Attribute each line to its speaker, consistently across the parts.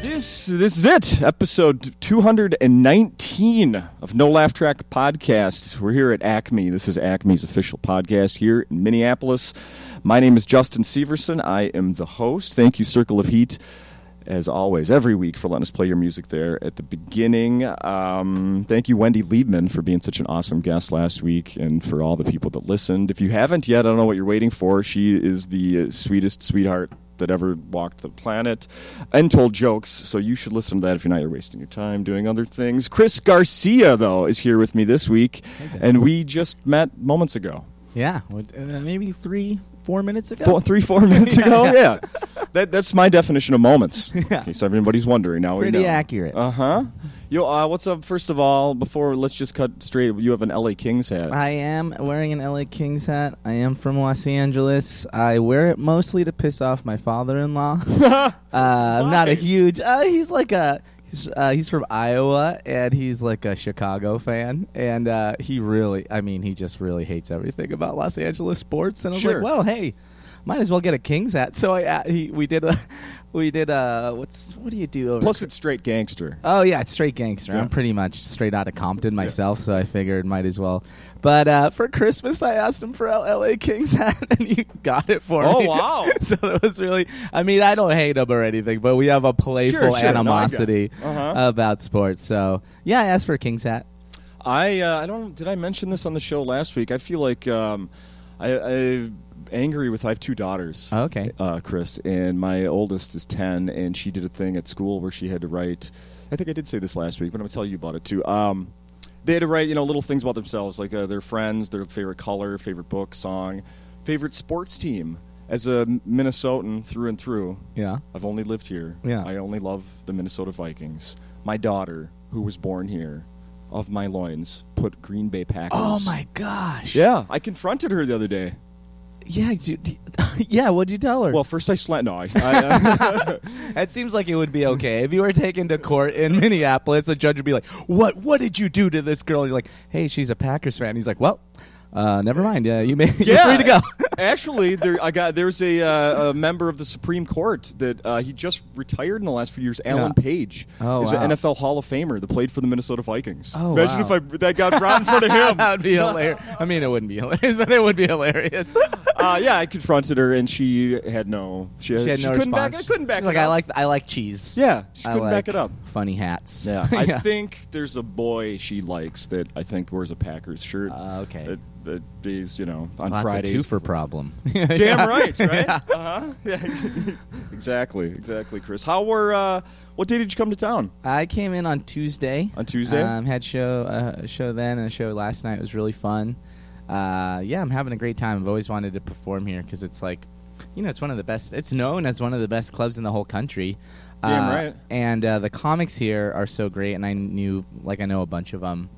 Speaker 1: this is it. Episode 219 of No Laugh Track Podcast. We're here at Acme. This is Acme's official podcast here in Minneapolis. My name is Justin Severson. I am the host. Thank you, Circle of Heat, as always, every week for letting us play your music there at the beginning. Um, thank you, Wendy Liebman, for being such an awesome guest last week and for all the people that listened. If you haven't yet, I don't know what you're waiting for. She is the uh, sweetest sweetheart that ever walked the planet and told jokes. So you should listen to that if you're not. You're wasting your time doing other things. Chris Garcia, though, is here with me this week,
Speaker 2: Justin.
Speaker 1: and we just met moments ago.
Speaker 2: Yeah, what- uh, maybe three, four minutes ago.
Speaker 1: Four, three, four minutes ago. Yeah, that, that's my definition of moments.
Speaker 2: Yeah.
Speaker 1: Okay, so everybody's wondering now.
Speaker 2: Pretty
Speaker 1: we know.
Speaker 2: accurate.
Speaker 1: Uh huh. Yo, uh, what's up? First of all, before let's just cut straight. You have an LA Kings hat.
Speaker 2: I am wearing an LA Kings hat. I am from Los Angeles. I wear it mostly to piss off my father-in-law. uh, I'm not a
Speaker 1: Why?
Speaker 2: huge. Uh, he's like a. He's, uh, he's from Iowa and he's like a Chicago fan. And uh, he really, I mean, he just really hates everything about Los Angeles sports. And I was
Speaker 1: Sure.
Speaker 2: like, well, hey, might as well get a Kings hat. So I, uh, he, we did a, we did a, what's, what do you do? Over
Speaker 1: Plus, it's straight gangster.
Speaker 2: Oh yeah, it's straight gangster.
Speaker 1: Yeah.
Speaker 2: I'm pretty much straight out of Compton myself, so I figured might as well. But uh, for Christmas, I asked him for a LA Kings hat, and he got it for
Speaker 1: Oh,
Speaker 2: me.
Speaker 1: wow.
Speaker 2: so it was really. I mean, I don't hate him or anything, but we have a playful
Speaker 1: Sure, sure. No, I got
Speaker 2: animosity
Speaker 1: it. Uh-huh.
Speaker 2: about sports. So yeah, I asked for a Kings hat.
Speaker 1: I uh, I don't did I mention this on the show last week? I feel like um, I, I'm angry with I have two daughters.
Speaker 2: Okay.
Speaker 1: uh, Chris, and my oldest is 10, and she did a thing at school where she had to write. I think I did say this last week, but I'm going to tell you about it too. Um, they had to write, you know, little things about themselves, like uh, their friends, their favorite color, favorite book, song, favorite sports team. As a Minnesotan through and through,
Speaker 2: Yeah.
Speaker 1: I've only lived here.
Speaker 2: Yeah.
Speaker 1: I only love the Minnesota Vikings. My daughter, who was born here, of my loins, put Green Bay Packers.
Speaker 2: Oh my gosh.
Speaker 1: Yeah, I confronted her the other day.
Speaker 2: Yeah. You, yeah. What'd you tell her?
Speaker 1: Well, first I slant. No, I, uh, I,
Speaker 2: It seems like it would be okay if you were taken to court in Minneapolis. The judge would be like, "What? What did you do to this girl?" And you're like, "Hey, she's a Packers fan." He's like, "Well, uh, never mind. Uh, you may you're free to go."
Speaker 1: actually, there I got there's a, uh, a member of the Supreme Court that uh, he just retired in the last few years. Alan
Speaker 2: Yeah.
Speaker 1: Page
Speaker 2: Oh,
Speaker 1: is
Speaker 2: wow.
Speaker 1: an NFL Hall of Famer that played for the Minnesota Vikings.
Speaker 2: Oh,
Speaker 1: Imagine
Speaker 2: wow.
Speaker 1: if I that got right in front of him.
Speaker 2: that would be hilarious. I mean, it wouldn't be hilarious, but it would be hilarious.
Speaker 1: Uh, yeah, I confronted her and she had no. She,
Speaker 2: she had no
Speaker 1: couldn't
Speaker 2: response.
Speaker 1: back. I couldn't back.
Speaker 2: She's
Speaker 1: it
Speaker 2: like,
Speaker 1: up.
Speaker 2: "I like, I like cheese."
Speaker 1: Yeah, she
Speaker 2: I
Speaker 1: couldn't back
Speaker 2: like
Speaker 1: it up.
Speaker 2: Funny hats.
Speaker 1: Yeah, I think there's a boy she likes that I think wears a Packers shirt.
Speaker 2: Uh, okay.
Speaker 1: That, that is, you know, on
Speaker 2: Lots
Speaker 1: Fridays.
Speaker 2: of twofer problem.
Speaker 1: Damn right, right? Uh-huh. Yeah. exactly, exactly, Chris. How were uh what day did you come to town?
Speaker 2: I came in on Tuesday.
Speaker 1: On Tuesday?
Speaker 2: um, had show uh, a show then and a show last night. It was really fun. Uh, yeah, I'm having a great time. I've always wanted to perform here because it's like, you know, it's one of the best. It's known as one of the best clubs in the whole country.
Speaker 1: Damn
Speaker 2: Uh,
Speaker 1: right.
Speaker 2: And uh, the comics here are so great, and I knew like I know a bunch of them.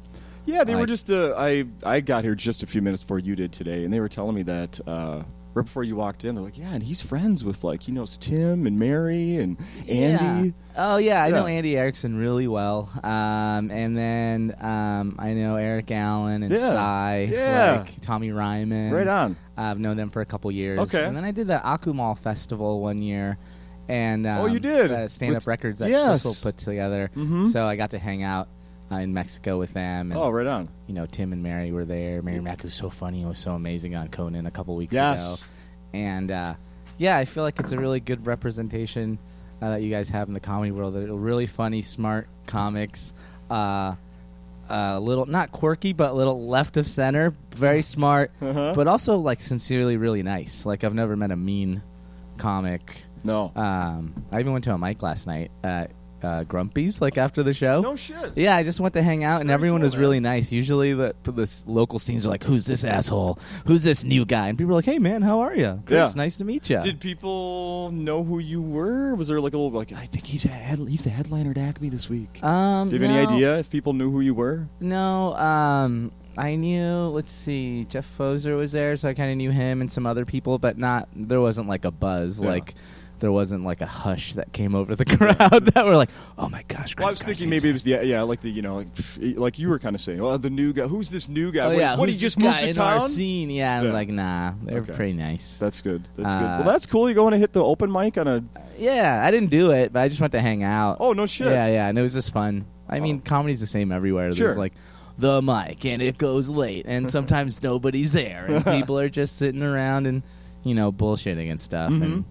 Speaker 1: Yeah, they were
Speaker 2: Like-
Speaker 1: just uh I I got here just a few minutes before you did today and they were telling me that uh right before you walked in, they're like, Yeah, and he's friends with like he knows Tim and Mary and Andy.
Speaker 2: Oh yeah, I know
Speaker 1: Yeah.
Speaker 2: Andy Erickson really well. Um, and then um, I know Eric Allen and
Speaker 1: Yeah.
Speaker 2: Cy,
Speaker 1: Yeah.
Speaker 2: like Tommy Ryman.
Speaker 1: Right on.
Speaker 2: Uh, I've known them for a couple years.
Speaker 1: Okay.
Speaker 2: And then I did the Akumal Festival one year. And um,
Speaker 1: Oh, you did?
Speaker 2: the stand up
Speaker 1: With-
Speaker 2: records that
Speaker 1: Yes.
Speaker 2: Schlissel put together.
Speaker 1: Mhm.
Speaker 2: So I got to hang out uh, in Mexico with them. And,
Speaker 1: Oh, right on.
Speaker 2: You know, Tim and Mary were there. Mary Mack was so funny. It was so amazing on Conan a couple weeks
Speaker 1: Yes.
Speaker 2: ago. And uh, yeah, I feel like it's a really good representation uh, that you guys have in the comedy world. They're really funny, smart comics. Uh, a little not quirky but a little left of center very smart
Speaker 1: Uh-huh.
Speaker 2: but also like sincerely really nice like i've never met a mean comic
Speaker 1: No.
Speaker 2: um, i even went to a mic last night at uh, grumpy's like after the show
Speaker 1: no shit.
Speaker 2: yeah, I just went to hang out, and
Speaker 1: Very
Speaker 2: everyone
Speaker 1: cool,
Speaker 2: was
Speaker 1: man.
Speaker 2: really nice. Usually, the the s- local scenes are like, "Who's this asshole? Who's this new guy?" And people are like, "Hey, man, how are you?
Speaker 1: Yeah.
Speaker 2: It's nice to meet you."
Speaker 1: Did people know who you were? Was there like a little like I think he's a head, he's the headliner at Acme this week?
Speaker 2: um,
Speaker 1: Do you have
Speaker 2: no,
Speaker 1: any idea if people knew who you were?
Speaker 2: No, um, I knew. Let's see, Jeff Foser was there, so I kind of knew him and some other people, but not. There wasn't like a buzz
Speaker 1: Yeah.
Speaker 2: like there wasn't like a hush that came over the crowd that were like, oh my gosh.
Speaker 1: Well, I was
Speaker 2: Chris
Speaker 1: thinking
Speaker 2: Garcia's
Speaker 1: maybe it was the yeah, yeah, like the you know, like, pff, e, like you were kind of saying, well, the new guy. Who's this new guy?
Speaker 2: Oh,
Speaker 1: what
Speaker 2: yeah,
Speaker 1: what he
Speaker 2: who's
Speaker 1: just
Speaker 2: this
Speaker 1: moved
Speaker 2: guy
Speaker 1: to
Speaker 2: in
Speaker 1: town.
Speaker 2: our scene. Yeah, I was
Speaker 1: Yeah.
Speaker 2: like, nah, they're
Speaker 1: Okay.
Speaker 2: pretty nice.
Speaker 1: That's good. That's good.
Speaker 2: Uh,
Speaker 1: Well, that's cool. You going to hit the open mic on a?
Speaker 2: yeah, I didn't do it, but I just went to hang out.
Speaker 1: Oh no shit.
Speaker 2: Yeah, yeah, and it was just fun. I mean, comedy's the same everywhere.
Speaker 1: Sure.
Speaker 2: There's like the mic, and it goes late, and sometimes nobody's there, and people are just sitting around and you know bullshitting and stuff.
Speaker 1: Mhm.
Speaker 2: And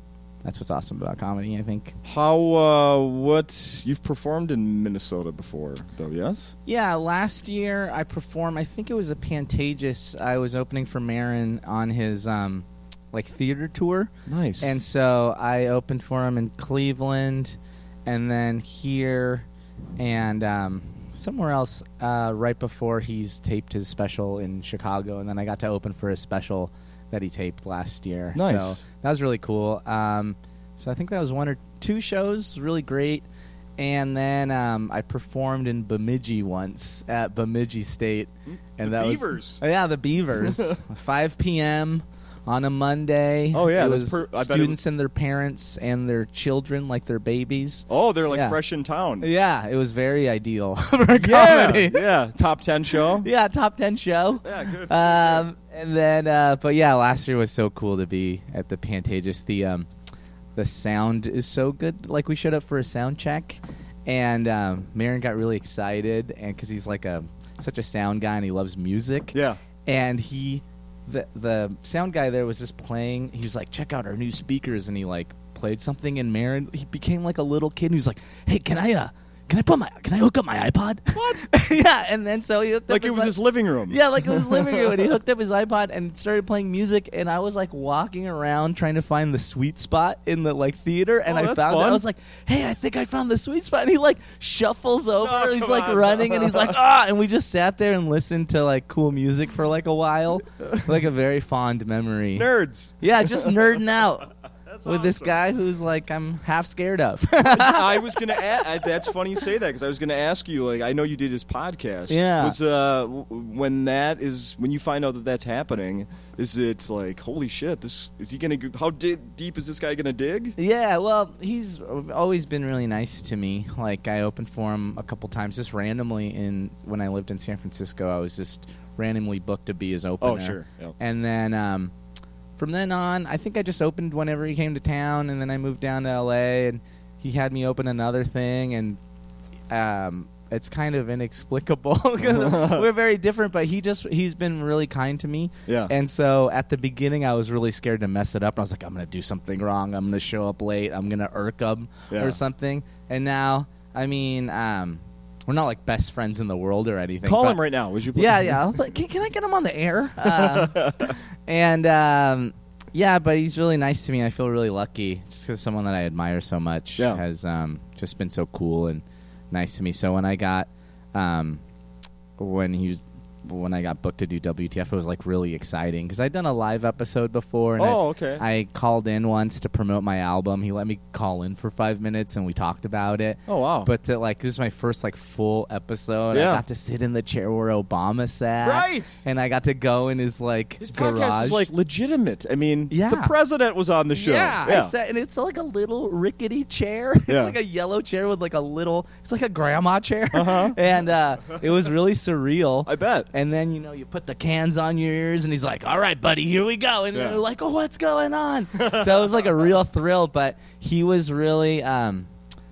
Speaker 2: that's what's awesome about comedy, I think.
Speaker 1: How uh, what you've performed in Minnesota before though? Yes.
Speaker 2: Yeah, last year I performed. I think it was a Pantages. I was opening for Marin on his um, like theater tour,
Speaker 1: Nice.
Speaker 2: and so I opened for him in Cleveland, and then here, and um, somewhere else. Uh, right before he's taped his special in Chicago, and then I got to open for his special that he taped last year.
Speaker 1: Nice.
Speaker 2: So that was really cool. Um, so I think that was one or two shows. Really great. And then um, I performed in Bemidji once at Bemidji State, and
Speaker 1: Mm, the
Speaker 2: that was-
Speaker 1: Beavers.
Speaker 2: Oh, yeah, the Beavers. 5 p.m. on a Monday.
Speaker 1: Oh, yeah,
Speaker 2: it
Speaker 1: that's
Speaker 2: was
Speaker 1: per- I bet it
Speaker 2: students and their parents and their children, like their babies.
Speaker 1: oh, they're like
Speaker 2: Yeah.
Speaker 1: fresh in town.
Speaker 2: Yeah, it was very ideal for comedy.
Speaker 1: Yeah. yeah. Top ten show.
Speaker 2: Yeah, top ten show.
Speaker 1: Yeah, good.
Speaker 2: Um, and then, uh, but yeah, last year was so cool to be at the Pantages. The um, the sound is so good. Like we showed up for a sound check, and um, Marin got really excited, and because he's like a such a sound guy and he loves music
Speaker 1: yeah.
Speaker 2: and he the the sound guy there was just playing he was like check out our new speakers and he like played something and Marin he became like a little kid who's like hey can I uh can I put my can I hook up my iPod
Speaker 1: What?
Speaker 2: yeah and then so he hooked
Speaker 1: Like
Speaker 2: up
Speaker 1: it was
Speaker 2: li-
Speaker 1: his living room.
Speaker 2: yeah, like it was living room, and he hooked up his iPod and started playing music. And I was like walking around trying to find the sweet spot in the like theater, and
Speaker 1: Oh,
Speaker 2: I
Speaker 1: that's
Speaker 2: found it.
Speaker 1: fun.
Speaker 2: I was like, "Hey, I think I found the sweet spot." And he like shuffles over,
Speaker 1: No,
Speaker 2: he's
Speaker 1: Oh, come
Speaker 2: like
Speaker 1: on.
Speaker 2: running, and he's like, "Ah!" And we just sat there and listened to like cool music for like a while, like a very fond memory.
Speaker 1: Nerds.
Speaker 2: Yeah, just nerding out
Speaker 1: That's
Speaker 2: with this
Speaker 1: awesome.
Speaker 2: guy who's like I'm half scared of.
Speaker 1: I was gonna. a I that's funny you say that because I was gonna ask you. Like, I know you did his podcast.
Speaker 2: Yeah.
Speaker 1: Was uh, w- when that is when you find out that that's happening, is it like holy shit? This is he gonna? go- How di- deep is this guy gonna dig?
Speaker 2: Yeah, well, he's always been really nice to me. Like I opened for him a couple times just randomly in when I lived in San Francisco. I was just randomly booked to be his opener.
Speaker 1: sure, yeah.
Speaker 2: And then um, from then on, I think I just opened whenever he came to town, and then I moved down to L.A. and he had me open another thing, and um, it's kind of inexplicable. 'Cause We're very different, but he just he's been really kind to me.
Speaker 1: Yeah.
Speaker 2: And so at the beginning, I was really scared to mess it up. I was like, I'm gonna do something wrong. I'm gonna show up late. I'm gonna irk him
Speaker 1: Yeah.
Speaker 2: or something. And now, I mean, um, we're not like best friends in the world or anything.
Speaker 1: Call
Speaker 2: but-
Speaker 1: him right now. Would you? please?
Speaker 2: yeah, yeah. I was like, can, can I get him on the air? Uh, and um, yeah, but he's really nice to me. I feel really lucky just because someone that I admire so much
Speaker 1: Yeah.
Speaker 2: has um, just been so cool and nice to me. So when I got um, when he was, when I got booked to do WTF, it was like really exciting because I'd done a live episode before. And I-
Speaker 1: Oh, okay.
Speaker 2: I called in once to promote my album. He let me call in for five minutes, and we talked about it.
Speaker 1: Oh, wow.
Speaker 2: But to, like, this is my first like full episode.
Speaker 1: Yeah.
Speaker 2: I got to sit in the chair where Obama sat.
Speaker 1: Right.
Speaker 2: And I got to go in his like
Speaker 1: His podcast
Speaker 2: garage.
Speaker 1: is like legitimate. I mean,
Speaker 2: Yeah.
Speaker 1: the president was on the show.
Speaker 2: Yeah, I sat, and it's like a little rickety chair. It's
Speaker 1: Yeah.
Speaker 2: like a yellow chair with like a little. It's like a grandma chair,
Speaker 1: Uh-huh.
Speaker 2: and uh, it was really surreal.
Speaker 1: I bet.
Speaker 2: And then you know you put the cans on your ears, and he's like, "All right, buddy, here we go." And
Speaker 1: Yeah.
Speaker 2: you're like, "Oh, what's going on?" so it was like a real thrill. But he was really, um,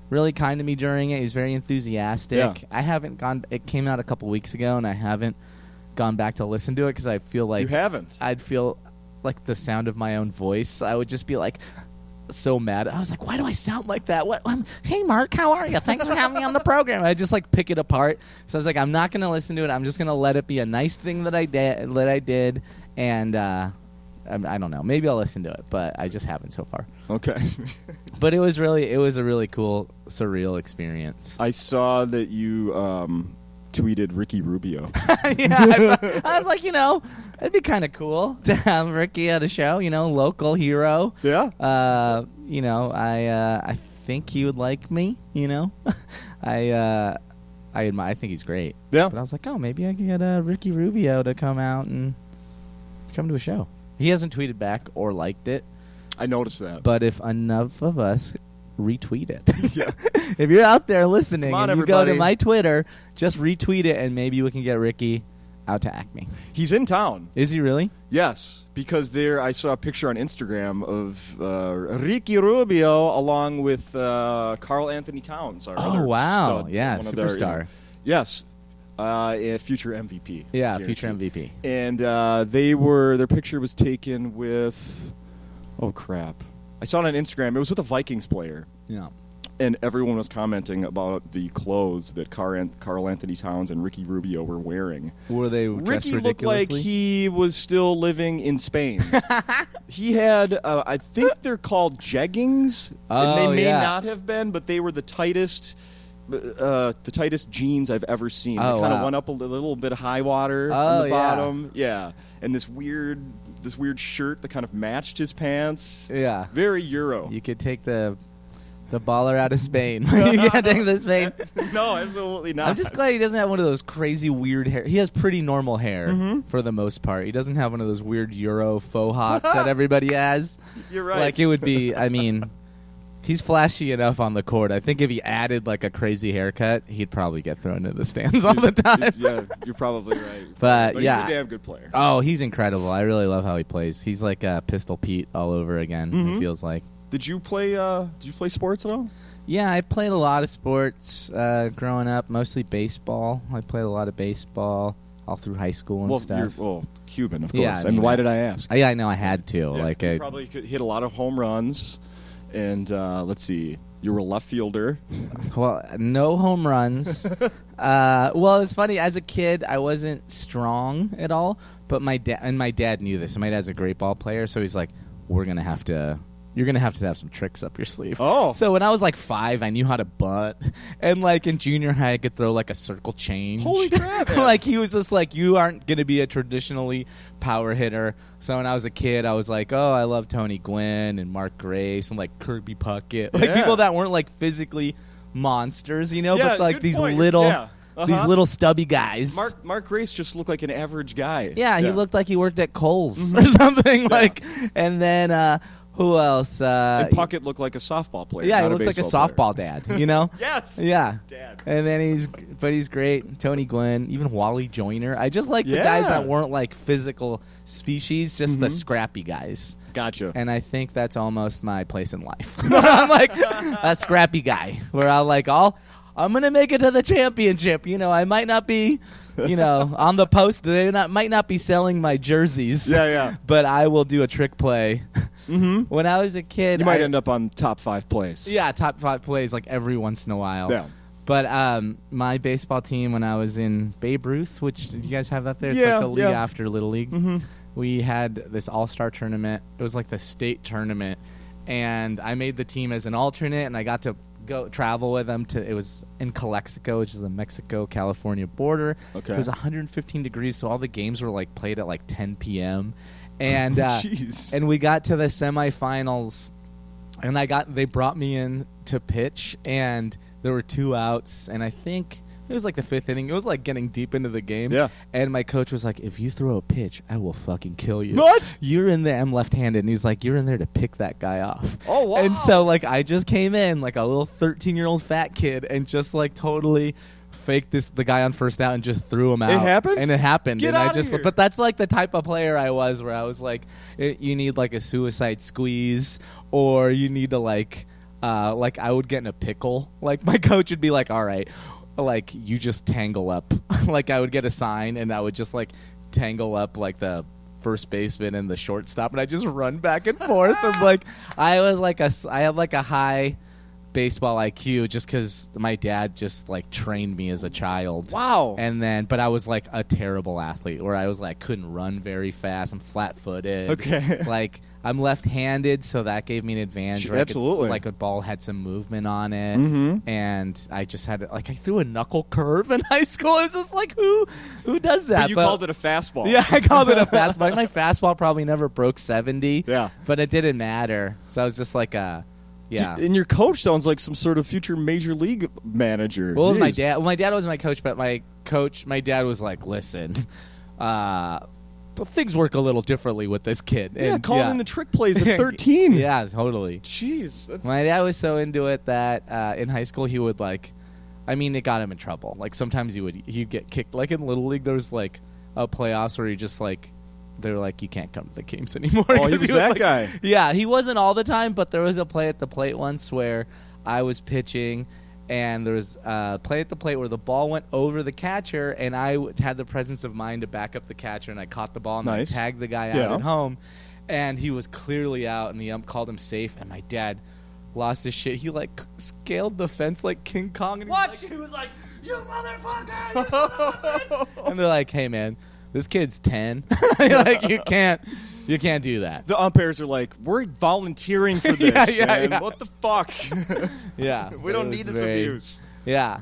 Speaker 2: really kind to me during it. He was very enthusiastic.
Speaker 1: Yeah.
Speaker 2: I haven't gone. It came out a couple weeks ago, and I haven't gone back to listen to it because I feel like
Speaker 1: you haven't.
Speaker 2: I'd feel like the sound of my own voice. I would just be like so mad. I was like, why do I sound like that? What? i hey, Mark, how are you? Thanks for having me on the program. I just like pick it apart. So I was like, I'm not gonna listen to it. I'm just gonna let it be a nice thing that I did. That I did, and uh, I, I don't know. Maybe I'll listen to it, but I just haven't so far.
Speaker 1: Okay.
Speaker 2: But it was really, it was a really cool, surreal experience.
Speaker 1: I saw that you um, tweeted Ricky Rubio.
Speaker 2: yeah, I, thought- I was like, you know, it'd be kind of cool to have Ricky at a show. You know, local hero.
Speaker 1: yeah.
Speaker 2: Uh, you know, I uh, I think he would like me. You know, I uh, I admire. I think he's great.
Speaker 1: Yeah.
Speaker 2: But I was like, oh, maybe I could get uh, Ricky Rubio to come out and come to a show. He hasn't tweeted back or liked it.
Speaker 1: I noticed that.
Speaker 2: But if enough of us retweet it, if you're out there listening
Speaker 1: Come on,
Speaker 2: and you go to
Speaker 1: everybody.
Speaker 2: my Twitter, just retweet it, and maybe we can get Ricky out to Acme.
Speaker 1: He's in town.
Speaker 2: Is he really?
Speaker 1: Yes, because there I saw a picture on Instagram of uh, Ricky Rubio along with uh, Carl Anthony Towns. Our
Speaker 2: Oh,
Speaker 1: other
Speaker 2: wow.
Speaker 1: stud,
Speaker 2: Yeah,
Speaker 1: one of their, you
Speaker 2: superstar.
Speaker 1: know- yes, uh, a future MVP.
Speaker 2: Yeah,
Speaker 1: guaranteed.
Speaker 2: future MVP.
Speaker 1: And uh, they were their picture was taken with, oh crap, I saw it on Instagram. It was with a Vikings player
Speaker 2: No.
Speaker 1: and everyone was commenting about the clothes that Car- Carl Anthony Towns and Ricky Rubio were wearing.
Speaker 2: Were they dressed
Speaker 1: Ricky looked like
Speaker 2: ridiculously?
Speaker 1: he was still living in Spain. he had, uh, I think they're called jeggings, and
Speaker 2: Oh,
Speaker 1: they may
Speaker 2: yeah.
Speaker 1: not have been, but they were the tightest. Uh, the tightest jeans I've ever seen.
Speaker 2: Oh,
Speaker 1: they kind of
Speaker 2: wow.
Speaker 1: went up a li- little bit high water
Speaker 2: Oh,
Speaker 1: on
Speaker 2: yeah.
Speaker 1: the bottom. Yeah. and this weird, this weird shirt that kind of matched his pants.
Speaker 2: Yeah.
Speaker 1: very Euro.
Speaker 2: You could take the the baller out of Spain. you can't take the Spain.
Speaker 1: no, absolutely not.
Speaker 2: I'm just glad he doesn't have one of those crazy weird hair. He has pretty normal hair
Speaker 1: Mm-hmm.
Speaker 2: for the most part. He doesn't have one of those weird Euro faux hawks that everybody has.
Speaker 1: You're right.
Speaker 2: Like it would be. I mean, he's flashy enough on the court. I think if he added like a crazy haircut, he'd probably get thrown into the stands all the time.
Speaker 1: yeah, you're probably right.
Speaker 2: But, yeah.
Speaker 1: he's a damn good player.
Speaker 2: Oh, he's incredible. I really love how he plays. He's like uh, Pistol Pete all over again. It
Speaker 1: Mhm.
Speaker 2: feels like.
Speaker 1: Did you play? Uh, did you play sports at all?
Speaker 2: Yeah, I played a lot of sports uh, growing up, mostly baseball. I played a lot of baseball all through high school and
Speaker 1: well, you're
Speaker 2: stuff.
Speaker 1: well, Cuban, of course.
Speaker 2: Yeah,
Speaker 1: I
Speaker 2: I
Speaker 1: mean,
Speaker 2: mean,
Speaker 1: why
Speaker 2: I-
Speaker 1: did I ask?
Speaker 2: I, yeah, I know I had to.
Speaker 1: Yeah,
Speaker 2: like, uh,
Speaker 1: you
Speaker 2: I,
Speaker 1: probably could hit a lot of home runs, and uh, let's see, you were a left fielder.
Speaker 2: well, no home runs. uh, well, it's funny. As a kid, I wasn't strong at all, but my dad and my dad knew this. And my dad's a great ball player, so he's like, "We're gonna have to." You're gonna have to have some tricks up your sleeve.
Speaker 1: Oh.
Speaker 2: so when I was like five, I knew how to bunt, and like in junior high, I could throw like a circle change.
Speaker 1: Holy crap, man.
Speaker 2: like he was just like, you aren't gonna be a traditionally power hitter. So when I was a kid, I was like, oh, I love Tony Gwynn and Mark Grace and like Kirby Puckett, like
Speaker 1: Yeah.
Speaker 2: people that weren't like physically monsters, you know,
Speaker 1: Yeah,
Speaker 2: but like
Speaker 1: good
Speaker 2: these
Speaker 1: point.
Speaker 2: little,
Speaker 1: Yeah. Uh-huh.
Speaker 2: these little stubby guys.
Speaker 1: Mark Mark Grace just looked like an average guy.
Speaker 2: Yeah, he looked like he worked at Kohl's
Speaker 1: Mm-hmm.
Speaker 2: or something. Like, and then uh, who else? Uh,
Speaker 1: And Puckett looked like a softball player.
Speaker 2: yeah, he
Speaker 1: not
Speaker 2: looked like a
Speaker 1: baseball player.
Speaker 2: softball dad. You know?
Speaker 1: Yes.
Speaker 2: Yeah.
Speaker 1: Dad.
Speaker 2: And then he's, but he's great. Tony Gwynn, even Wally Joyner. I just like the guys
Speaker 1: Yeah. Mm-hmm.
Speaker 2: that weren't like physical species, just the scrappy guys.
Speaker 1: Gotcha.
Speaker 2: And I think that's almost my place in life. I'm like a scrappy guy where I like all I'm gonna make it to the championship. You know, I might not be, you know, on the post. They not might not be selling my jerseys.
Speaker 1: Yeah, yeah.
Speaker 2: But I will do a trick play.
Speaker 1: mm-hmm.
Speaker 2: When I was a kid,
Speaker 1: You might
Speaker 2: I-
Speaker 1: end up on top five place.
Speaker 2: yeah, top five plays like every once in a while.
Speaker 1: Yeah.
Speaker 2: But um, my baseball team when I was in Babe Ruth, which do you guys have that there? It's
Speaker 1: Yeah,
Speaker 2: like the league
Speaker 1: yeah. Mm-hmm.
Speaker 2: after Little League. We had this All Star tournament. It was like the state tournament, and I made the team as an alternate, and I got to go travel with them to. It was in Calexico, which is the Mexico California border.
Speaker 1: Okay.
Speaker 2: It was 115 degrees, so all the games were like played at like 10 p.m. And uh,
Speaker 1: Jeez.
Speaker 2: and we got to the semifinals and I got they brought me in to pitch and there were two outs and I think it was like the fifth inning. It was like getting deep into the game.
Speaker 1: Yeah.
Speaker 2: And my coach was like, "If you throw a pitch, I will fucking kill you."
Speaker 1: What?
Speaker 2: You're in there. I'm left-handed, and he's like, "You're in there to pick that guy off."
Speaker 1: Oh, wow.
Speaker 2: And so like I just came in like a little 13-year-old fat kid and just like totally faked this the guy on first out and just threw him out.
Speaker 1: happened?
Speaker 2: And it happened.
Speaker 1: Get
Speaker 2: and I
Speaker 1: outta
Speaker 2: just
Speaker 1: here.
Speaker 2: but that's like the type of player I was, where I was like, it, you need like a suicide squeeze, or you need to like, uh, like I would get in a pickle. Like my coach would be like, all right, like you just tangle up. like I would get a sign, and I would just like tangle up like the first baseman and the shortstop, and I just run back and forth. and like, I was like a, s- I have like a high baseball IQ just because my dad just like trained me as a child.
Speaker 1: Wow.
Speaker 2: And then, but I was like a terrible athlete where I was like, couldn't run very fast. I'm flat footed.
Speaker 1: Okay.
Speaker 2: like, I'm left handed, so that gave me an advantage.
Speaker 1: Sh-
Speaker 2: where I could-
Speaker 1: absolutely.
Speaker 2: like, a ball had some movement on it.
Speaker 1: Mhm.
Speaker 2: And I just had, like, I threw a knuckle curve in high school. I was just like, who who does that?
Speaker 1: But you called it a fastball.
Speaker 2: uh, Yeah, I called it a fastball. My fastball probably never broke 70.
Speaker 1: Yeah.
Speaker 2: But it didn't matter. So I was just like, uh, yeah.
Speaker 1: And your coach sounds like some sort of future major league manager.
Speaker 2: Well, it was my
Speaker 1: Jeez.
Speaker 2: dad. Well, my dad was my coach, but my coach, my dad was like, "Listen, uh, but things work a little differently with this kid.
Speaker 1: Yeah,
Speaker 2: and,
Speaker 1: calling in the trick plays at 13.
Speaker 2: yeah, totally.
Speaker 1: Jeez. That's,
Speaker 2: My dad was so into it that uh, in high school he would like, I mean, it got him in trouble. Like sometimes he would he'd get kicked. Like in little league, there was like a playoffs where he just like they were like you can't come to the games anymore.
Speaker 1: Oh, he
Speaker 2: 'Cause
Speaker 1: was
Speaker 2: would,
Speaker 1: that
Speaker 2: like-
Speaker 1: guy.
Speaker 2: Yeah, he wasn't all the time, but there was a play at the plate once where I was pitching. And there was a play at the plate where the ball went over the catcher, and I w- had the presence of mind to back up the catcher, and I caught the ball and
Speaker 1: Nice.
Speaker 2: I tagged the guy out
Speaker 1: Yeah.
Speaker 2: at home, and he was clearly out, and the ump called him safe, and my dad lost his shit. He like scaled the fence like King Kong, and what? He was like, "You motherfucker!" you son of a bitch." and they're like, "Hey man, this kid's ten. like you can't, you can't do that."
Speaker 1: the umpires are like, we're volunteering for
Speaker 2: Yeah,
Speaker 1: this,
Speaker 2: yeah,
Speaker 1: man.
Speaker 2: yeah.
Speaker 1: What the fuck?
Speaker 2: Yeah,
Speaker 1: we don't
Speaker 2: it
Speaker 1: need
Speaker 2: was
Speaker 1: this
Speaker 2: very-
Speaker 1: abuse.
Speaker 2: Yeah,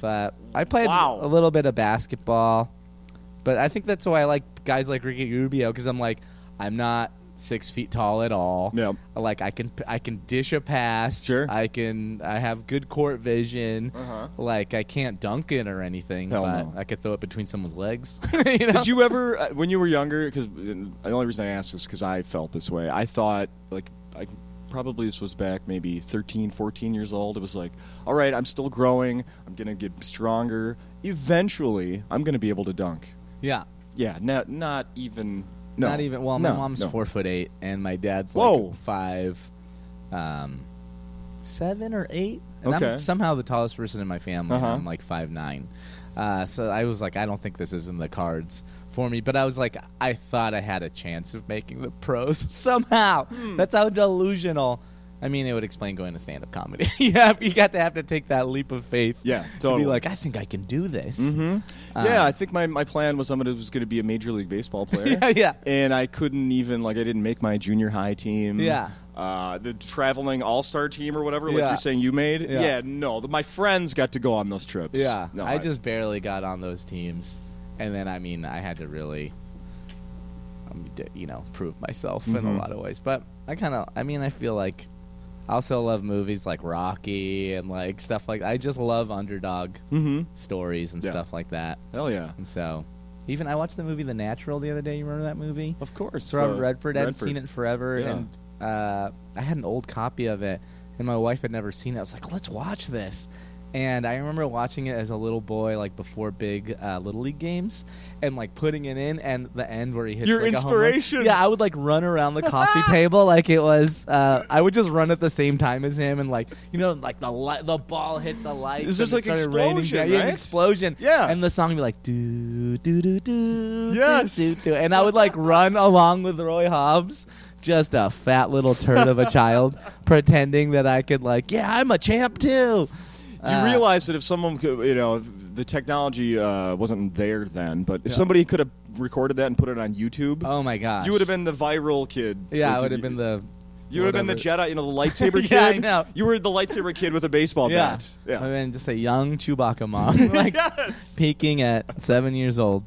Speaker 2: but I played
Speaker 1: Wow.
Speaker 2: a little bit of basketball, but I think that's why I like guys like Ricky Rubio because I'm like, I'm not six feet tall at all.
Speaker 1: Yeah.
Speaker 2: like I can I can dish a pass.
Speaker 1: Sure.
Speaker 2: I can I have good court vision.
Speaker 1: Uh-huh.
Speaker 2: Like I can't dunk it or anything,
Speaker 1: Hell no.
Speaker 2: but I could throw it between someone's legs. you know?
Speaker 1: Did you ever, uh, when you were younger, because the only reason I asked is because I felt this way. I thought, like, I probably this was back maybe 13, 14 years old. It was like, all right, I'm still growing. I'm going to get stronger. Eventually, I'm going to be able to dunk.
Speaker 2: Yeah.
Speaker 1: Yeah, not, not even. No.
Speaker 2: Not even. Well,
Speaker 1: no,
Speaker 2: my mom's
Speaker 1: no.
Speaker 2: four foot eight, and my dad's
Speaker 1: Whoa.
Speaker 2: like five, um, seven or eight. And
Speaker 1: Okay.
Speaker 2: I'm somehow the tallest person in my family. and
Speaker 1: Uh-huh.
Speaker 2: I'm like five nine. Uh, so I was like, I don't think this is in the cards for me. But I was like, I thought I had a chance of making the pros somehow.
Speaker 1: Hmm.
Speaker 2: That's how delusional. I mean, it would explain going to stand-up comedy. yeah, you got to have to take that leap of faith.
Speaker 1: Yeah,
Speaker 2: To
Speaker 1: totally.
Speaker 2: be like, I think I can do this.
Speaker 1: hmm
Speaker 2: Uh,
Speaker 1: yeah, I think my, my plan was I'm gonna, was going to be a major league baseball player.
Speaker 2: Yeah, yeah.
Speaker 1: And I couldn't even like I didn't make my junior high team.
Speaker 2: Yeah.
Speaker 1: Uh, the traveling all star team or whatever, like
Speaker 2: Yeah.
Speaker 1: you're saying you made.
Speaker 2: Yeah.
Speaker 1: no, the, my friends got to go on those trips.
Speaker 2: Yeah,
Speaker 1: No,
Speaker 2: I, just barely got on those teams, and then I mean I had to really, um, d- you know, prove myself in a
Speaker 1: Mhm.
Speaker 2: lot of ways. But I kind of, I mean, I feel like I also love movies like Rocky and like stuff like I just love underdog
Speaker 1: Mm-hmm.
Speaker 2: stories and
Speaker 1: Yeah.
Speaker 2: stuff like that.
Speaker 1: Hell yeah.
Speaker 2: And so, even I watched the movie The Natural the other day. You remember that movie?
Speaker 1: Of course.
Speaker 2: It's Robert
Speaker 1: uh,
Speaker 2: Redford. I hadn't seen it in forever,
Speaker 1: Yeah.
Speaker 2: and uh, I had an old copy of it, and my wife had never seen it. I was like, "Let's watch this." And I remember watching it as a little boy, like before big uh, little league games, and like putting it in, and the end where he hits
Speaker 1: Your
Speaker 2: like, a home run.
Speaker 1: inspiration.
Speaker 2: Yeah, I would like run around the coffee table like it was. Uh, I would just run at the same time as him, and like you know, like the li- the ball hit the lights.
Speaker 1: It's
Speaker 2: and
Speaker 1: just
Speaker 2: it
Speaker 1: like
Speaker 2: started raining
Speaker 1: explosion,
Speaker 2: down. Yeah, an
Speaker 1: right?
Speaker 2: explosion.
Speaker 1: Yeah.
Speaker 2: and the song would be like do do do do.
Speaker 1: Yes.
Speaker 2: do, do, do. And I would like run along with Roy Hobbs, just a fat little turd of a child, pretending that I could like, yeah, I'm a champ too.
Speaker 1: Do you
Speaker 2: Uh,
Speaker 1: realize that if someone, could, you know, the technology uh, wasn't there then, but if
Speaker 2: Yeah.
Speaker 1: somebody could have recorded that and put it on YouTube,
Speaker 2: Oh my gosh.
Speaker 1: you would have been the viral kid.
Speaker 2: Yeah, I
Speaker 1: Like,
Speaker 2: would have
Speaker 1: you-
Speaker 2: been the.
Speaker 1: You would have been the
Speaker 2: whatever.
Speaker 1: Jedi, you know, the lightsaber kid.
Speaker 2: Yeah, I know.
Speaker 1: You were the lightsaber kid with a baseball
Speaker 2: Yeah.
Speaker 1: bat. Yeah.
Speaker 2: I've been just a young Chewbacca mom, like
Speaker 1: yes.
Speaker 2: peaking at seven years old.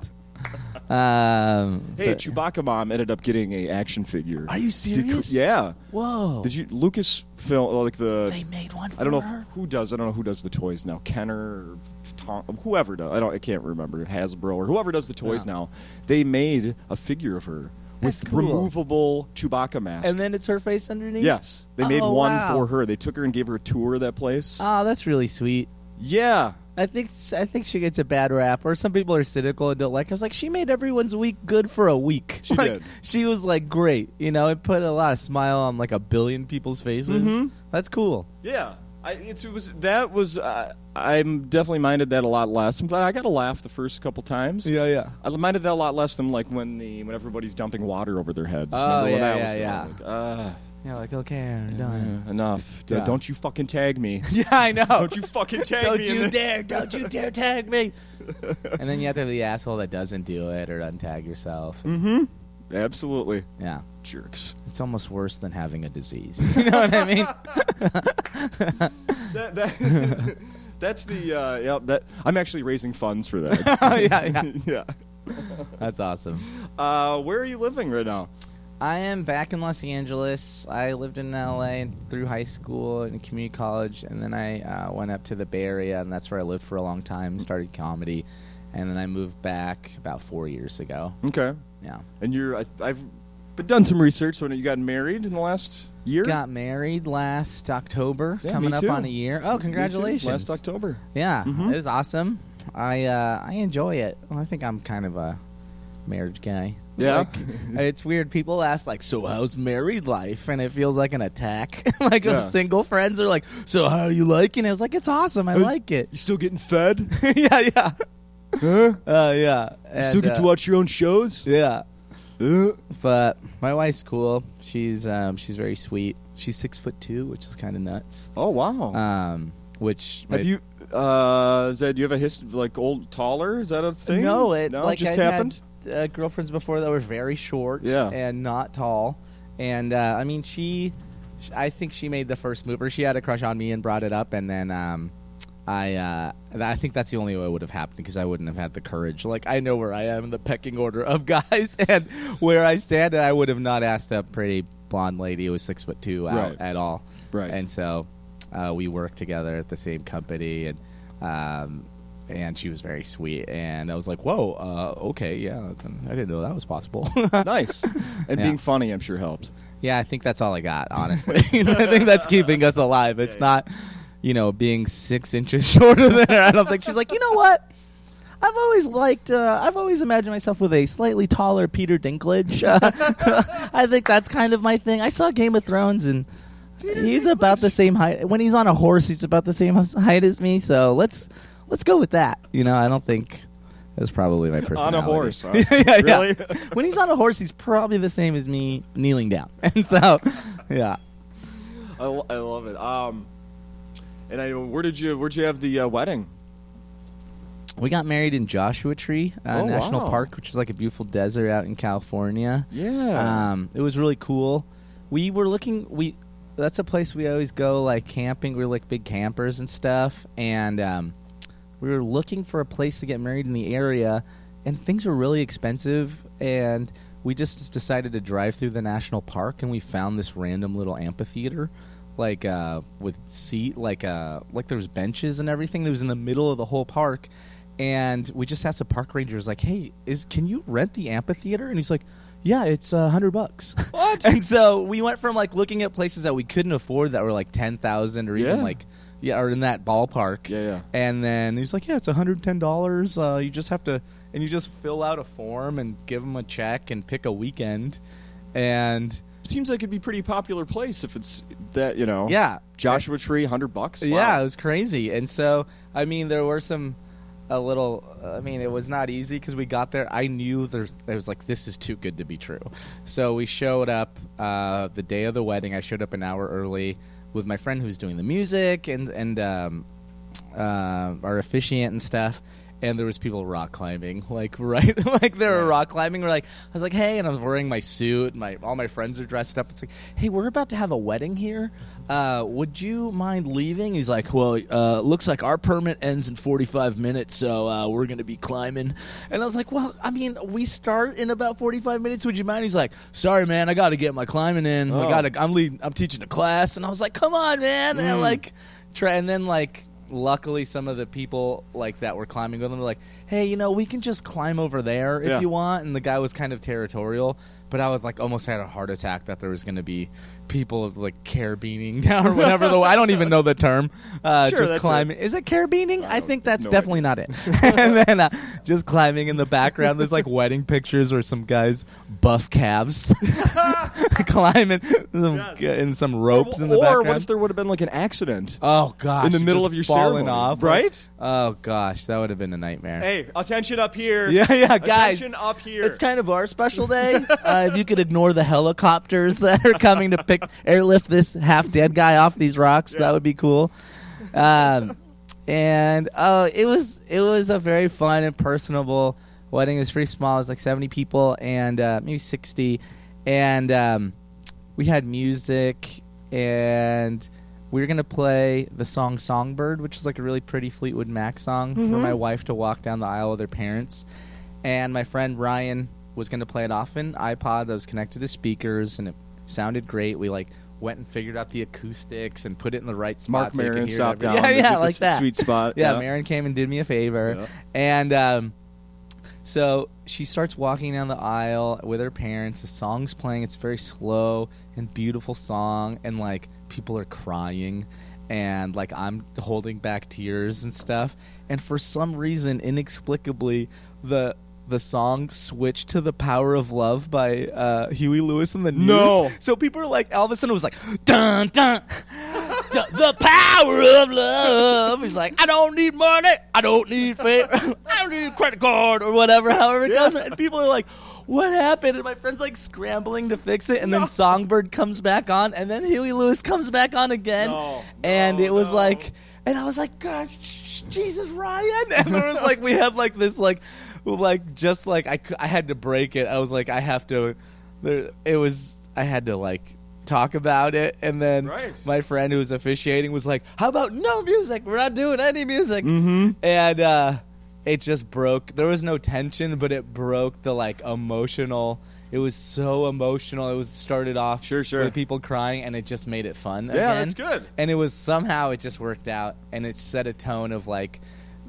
Speaker 2: Um,
Speaker 1: Hey,
Speaker 2: but-
Speaker 1: Chewbacca mom ended up getting a action figure.
Speaker 2: Are you
Speaker 1: Did-
Speaker 2: serious?
Speaker 1: yeah.
Speaker 2: Whoa.
Speaker 1: Did you Lucas film like the?
Speaker 2: They made one. For
Speaker 1: I don't know
Speaker 2: her?
Speaker 1: if, who does. I don't know who does the toys now. Kenner, or Tom, whoever does. I don't. I can't remember. Hasbro or whoever does the toys
Speaker 2: Yeah.
Speaker 1: now. They made a figure of her
Speaker 2: That's
Speaker 1: with
Speaker 2: cool.
Speaker 1: removable Chewbacca mask.
Speaker 2: And then it's her face underneath.
Speaker 1: yes, they made
Speaker 2: Oh,
Speaker 1: one
Speaker 2: wow.
Speaker 1: for her. They took her and gave her a tour of that place.
Speaker 2: Oh, that's really sweet.
Speaker 1: yeah.
Speaker 2: I think I think she gets a bad rap, or some people are cynical and don't like. her. I was like, she made everyone's week good for a week.
Speaker 1: She
Speaker 2: Like,
Speaker 1: did.
Speaker 2: She was like great, you know. It put a lot of smile on like a billion people's faces.
Speaker 1: Mhm.
Speaker 2: That's cool.
Speaker 1: Yeah, I, it's, it was that was uh, I'm definitely minded that a lot less. I'm glad I got a laugh the first couple times.
Speaker 2: yeah.
Speaker 1: I minded that a lot less than like when the when everybody's dumping water over their heads.
Speaker 2: Oh,
Speaker 1: Remember when
Speaker 2: yeah,
Speaker 1: that
Speaker 2: yeah,
Speaker 1: was Like,
Speaker 2: yeah.
Speaker 1: ah,
Speaker 2: Yeah, like okay, I'm done.
Speaker 1: uh, enough. D-
Speaker 2: Yeah.
Speaker 1: Don't you fucking tag me.
Speaker 2: Yeah, I know.
Speaker 1: Don't you fucking tag
Speaker 2: Don't
Speaker 1: me. in
Speaker 2: you
Speaker 1: this.
Speaker 2: dare! Don't you dare tag me! and then you have to be the asshole that doesn't do it or untag yourself.
Speaker 1: Mm-hmm. Absolutely,
Speaker 2: Yeah,
Speaker 1: jerks.
Speaker 2: it's almost worse than having a disease. You know what I mean?
Speaker 1: That, that that's the uh, yeah. That I'm actually raising funds for that.
Speaker 2: oh yeah, yeah.
Speaker 1: yeah.
Speaker 2: That's awesome.
Speaker 1: Uh, where are you living right now?
Speaker 2: I am back in Los Angeles. I lived in LA through high school and community college, and then I uh, went up to the Bay Area, and that's where I lived for a long time. Started comedy, and then I moved back about four years ago.
Speaker 1: Okay.
Speaker 2: Yeah,
Speaker 1: And you're I, I've but done some research on it. You got married in the last year.
Speaker 2: got married last October,
Speaker 1: Yeah,
Speaker 2: coming
Speaker 1: me
Speaker 2: up
Speaker 1: too.
Speaker 2: on a year. Oh,
Speaker 1: Me too,
Speaker 2: congratulations!
Speaker 1: Last October.
Speaker 2: Yeah,
Speaker 1: Mhm.
Speaker 2: it was awesome. I uh, I enjoy it. Well, I think I'm kind of a marriage guy.
Speaker 1: Yeah.
Speaker 2: Like, it's weird. People ask like, "So how's married life?" and it feels like an attack. like
Speaker 1: Yeah.
Speaker 2: single friends are like, "So how are you liking it?" I was like, "It's awesome. I
Speaker 1: Uh,
Speaker 2: like it."
Speaker 1: You still getting fed?
Speaker 2: yeah, yeah,
Speaker 1: huh?
Speaker 2: uh, yeah. And, uh,
Speaker 1: watch your own shows?
Speaker 2: Yeah,
Speaker 1: Uh,
Speaker 2: but my wife's cool. She's um, she's very sweet. She's six foot two, which is kind of nuts.
Speaker 1: oh wow.
Speaker 2: Um, which
Speaker 1: have you uh is that, do you have a history like old taller? Is that a thing?
Speaker 2: No, it
Speaker 1: no,
Speaker 2: like
Speaker 1: just
Speaker 2: I'd
Speaker 1: happened.
Speaker 2: Had, uh, girlfriends before that were very short,
Speaker 1: Yeah.
Speaker 2: and not tall, and uh, I mean she, sh I think she made the first move, or she had a crush on me and brought it up, and then um, I, uh, th- I think that's the only way it would have happened because I wouldn't have had the courage. Like I know where I am in the pecking order of guys and where I stand, and I would have not asked a pretty blonde lady who was six foot two out
Speaker 1: Right.
Speaker 2: at all,
Speaker 1: Right.
Speaker 2: And so uh, we worked together at the same company, and um, and she was very sweet. And I was like, "Whoa, uh, okay, yeah, I didn't know that was possible."
Speaker 1: nice. And
Speaker 2: Yeah.
Speaker 1: being funny I'm sure helped.
Speaker 2: yeah, I think that's all I got. Honestly, I think that's keeping us alive. It's not, you know, being six inches shorter than her. I don't think she's like, you know what. I've always liked. Uh, I've always imagined myself with a slightly taller Peter Dinklage. Uh, I think that's kind of my thing. I saw Game of Thrones, and he's about the same height. When he's on a horse, he's about the same hus- height as me. So let's let's go with that. You know, I don't think that's probably my
Speaker 1: On
Speaker 2: personality.
Speaker 1: a horse. huh?
Speaker 2: Yeah, yeah, yeah.
Speaker 1: really?
Speaker 2: when he's on a horse, he's probably the same as me kneeling down. And so, yeah.
Speaker 1: I, lo- I love it. Um and I where did you where'd you have the uh, wedding?
Speaker 2: We got married in Joshua Tree uh,
Speaker 1: Oh,
Speaker 2: National
Speaker 1: wow.
Speaker 2: Park, which is like a beautiful desert out in California.
Speaker 1: Yeah.
Speaker 2: Um, it was really cool. We were looking. We that's a place we always go like camping. We're like big campers and stuff, and um, we were looking for a place to get married in the area, and things were really expensive. And we just decided to drive through the national park, and we found this random little amphitheater, like uh, with seat, like uh, like there was benches and everything. It was in the middle of the whole park. And we just asked the park ranger, "Is like, hey, is can you rent the amphitheater?" And he's like, yeah, it's a hundred bucks.
Speaker 1: What?
Speaker 2: and so we went from like looking at places that we couldn't afford that were like ten thousand or even
Speaker 1: Yeah.
Speaker 2: like yeah, or in that ballpark.
Speaker 1: Yeah, yeah.
Speaker 2: And then he's like, yeah, it's hundred and ten dollars. Uh, you just have to and you just fill out a form and give them a check and pick a weekend. And
Speaker 1: Seems like it'd be a pretty popular place if it's that, you know.
Speaker 2: yeah,
Speaker 1: Joshua Tree, 100 bucks. Wow.
Speaker 2: Yeah, it was crazy. And so, I mean, there were some a little. I mean, it was not easy because we got there. I knew there. It was like this is too good to be true. So we showed up uh, the day of the wedding. I showed up an hour early with my friend who's doing the music and and um, uh, our officiant and stuff. And there was people rock climbing, like right, like they were rock climbing. We're like, I was like, hey, and I was wearing my suit. My all my friends are dressed up. It's like, hey, we're about to have a wedding here. Uh, would you mind leaving? He's like, well, uh, looks like our permit ends in forty five minutes, so uh, we're gonna be climbing. And I was like, well, I mean, we start in about forty five minutes. Would you mind? He's like, sorry, man, I got to get my climbing in.
Speaker 1: Oh.
Speaker 2: I got to I'm leading. I'm teaching a class, and I was like, "Come on, man!" And I,
Speaker 1: Mm.
Speaker 2: like, try, and then like, luckily, some of the people like that were climbing with them were like, "Hey, you know, we can just climb over there if
Speaker 1: Yeah.
Speaker 2: you want." And the guy was kind of territorial, but I was like, almost had a heart attack that there was going to be people like carabining down or whatever. the I don't even know the term. Uh,
Speaker 1: Sure,
Speaker 2: just
Speaker 1: that's
Speaker 2: climbing. Is it carabining? I,
Speaker 1: don't-
Speaker 2: think that's
Speaker 1: no
Speaker 2: definitely not it. and then uh, just climbing in the background, there's like wedding pictures or some guys buff calves climbing some,
Speaker 1: Yes.
Speaker 2: in some ropes
Speaker 1: or,
Speaker 2: in the
Speaker 1: or
Speaker 2: background.
Speaker 1: what if there would have been like an accident
Speaker 2: oh gosh!
Speaker 1: in the
Speaker 2: you
Speaker 1: middle
Speaker 2: just
Speaker 1: of your
Speaker 2: falling
Speaker 1: ceremony,
Speaker 2: off, like-
Speaker 1: right?
Speaker 2: oh gosh, that would have been a nightmare.
Speaker 1: Hey, attention up here.
Speaker 2: Yeah, yeah, guys.
Speaker 1: Attention up here.
Speaker 2: It's kind of our special day. uh, if you could ignore the helicopters that are coming to pick airlift this half dead guy off these rocks,
Speaker 1: Yeah.
Speaker 2: that would be cool. Um, and uh, it was it was a very fun and personable wedding. It was pretty small. It was like seventy people and uh, maybe sixty, and um, we had music and. We were gonna play the song "Songbird," which is like a really pretty Fleetwood Mac song for
Speaker 1: Mm-hmm.
Speaker 2: my wife to walk down the aisle with her parents and my friend Ryan was going to play it off an iPod that was connected to speakers, and it sounded great. We like went and figured out the acoustics and put it in the right spot.
Speaker 1: Mark
Speaker 2: so you could
Speaker 1: Maron
Speaker 2: hear it
Speaker 1: stopped
Speaker 2: every-
Speaker 1: down.
Speaker 2: Yeah,
Speaker 1: They
Speaker 2: yeah,
Speaker 1: did the
Speaker 2: like
Speaker 1: s-
Speaker 2: that.
Speaker 1: Sweet spot.
Speaker 2: Yeah, Marin came and did me a favor,
Speaker 1: Yeah.
Speaker 2: and um, So she starts walking down the aisle with her parents. The song's playing. It's very slow and beautiful song, and like people are crying, and like I'm holding back tears and stuff. And for some reason, inexplicably, the the song switched to "The Power of Love" by uh, Huey Lewis and the News.
Speaker 1: No.
Speaker 2: So people are like, all of a sudden it was like, dun dun. dun, The power of love. He's like, I don't need money. I don't need favor. I don't need credit card or whatever. However it goes, and people are like, "What happened?" And my friend's like scrambling to fix it, and then Songbird comes back on, and then Huey Lewis comes back on again,
Speaker 1: No,
Speaker 2: and
Speaker 1: no,
Speaker 2: it was
Speaker 1: no.
Speaker 2: like, and I was like, "God, sh- Jesus, Ryan!" And there was like, we had like this like, like just like I cou- I had to break it. I was like, I have to. There, it was I had to like talk about it, and then
Speaker 1: Right.
Speaker 2: my friend who was officiating was like, "How about no music? We're not doing any music." Mm-hmm. And uh, it just broke. There was no tension, but it broke the like emotional. It was so emotional. It was started off
Speaker 1: Sure, sure.
Speaker 2: with people crying, and it just made it fun
Speaker 1: Yeah,
Speaker 2: again.
Speaker 1: that's good.
Speaker 2: And it was somehow it just worked out, and it set a tone of like,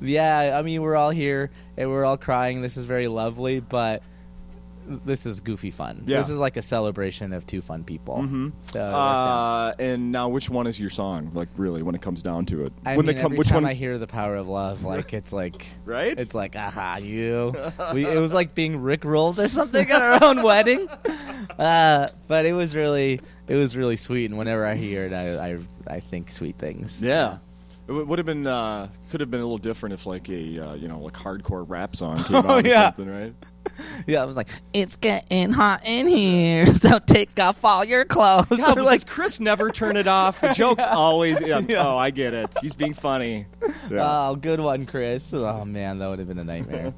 Speaker 2: yeah, I mean we're all here and we're all crying. This is very lovely, but this is goofy fun.
Speaker 1: Yeah.
Speaker 2: This is like a celebration of two fun people.
Speaker 1: Mhm.
Speaker 2: So it worked out.
Speaker 1: Uh, and now, which one is your song? Like, really, when it comes down to it,
Speaker 2: I
Speaker 1: when
Speaker 2: mean,
Speaker 1: they come,
Speaker 2: every
Speaker 1: which
Speaker 2: time
Speaker 1: one?
Speaker 2: I hear the power of love, like it's like.
Speaker 1: right?
Speaker 2: It's like, aha, you. We, it was like being rickrolled or something at our own wedding, uh, but it was really, it was really sweet. And whenever I hear it, I, I, I think sweet things.
Speaker 1: Yeah. It w- would have been uh, could have been a little different if like a uh, you know like hardcore rap song came out or
Speaker 2: Oh, yeah.
Speaker 1: something, right?
Speaker 2: Yeah, I was like, it's getting hot in here, so take off all your clothes.
Speaker 1: God,
Speaker 2: I'm
Speaker 1: but
Speaker 2: like,
Speaker 1: does Chris never turn it off? The joke's always yeah,
Speaker 2: Yeah.
Speaker 1: oh I get it. He's being funny. Yeah.
Speaker 2: oh, good one, Chris. Oh man, that would have been a nightmare.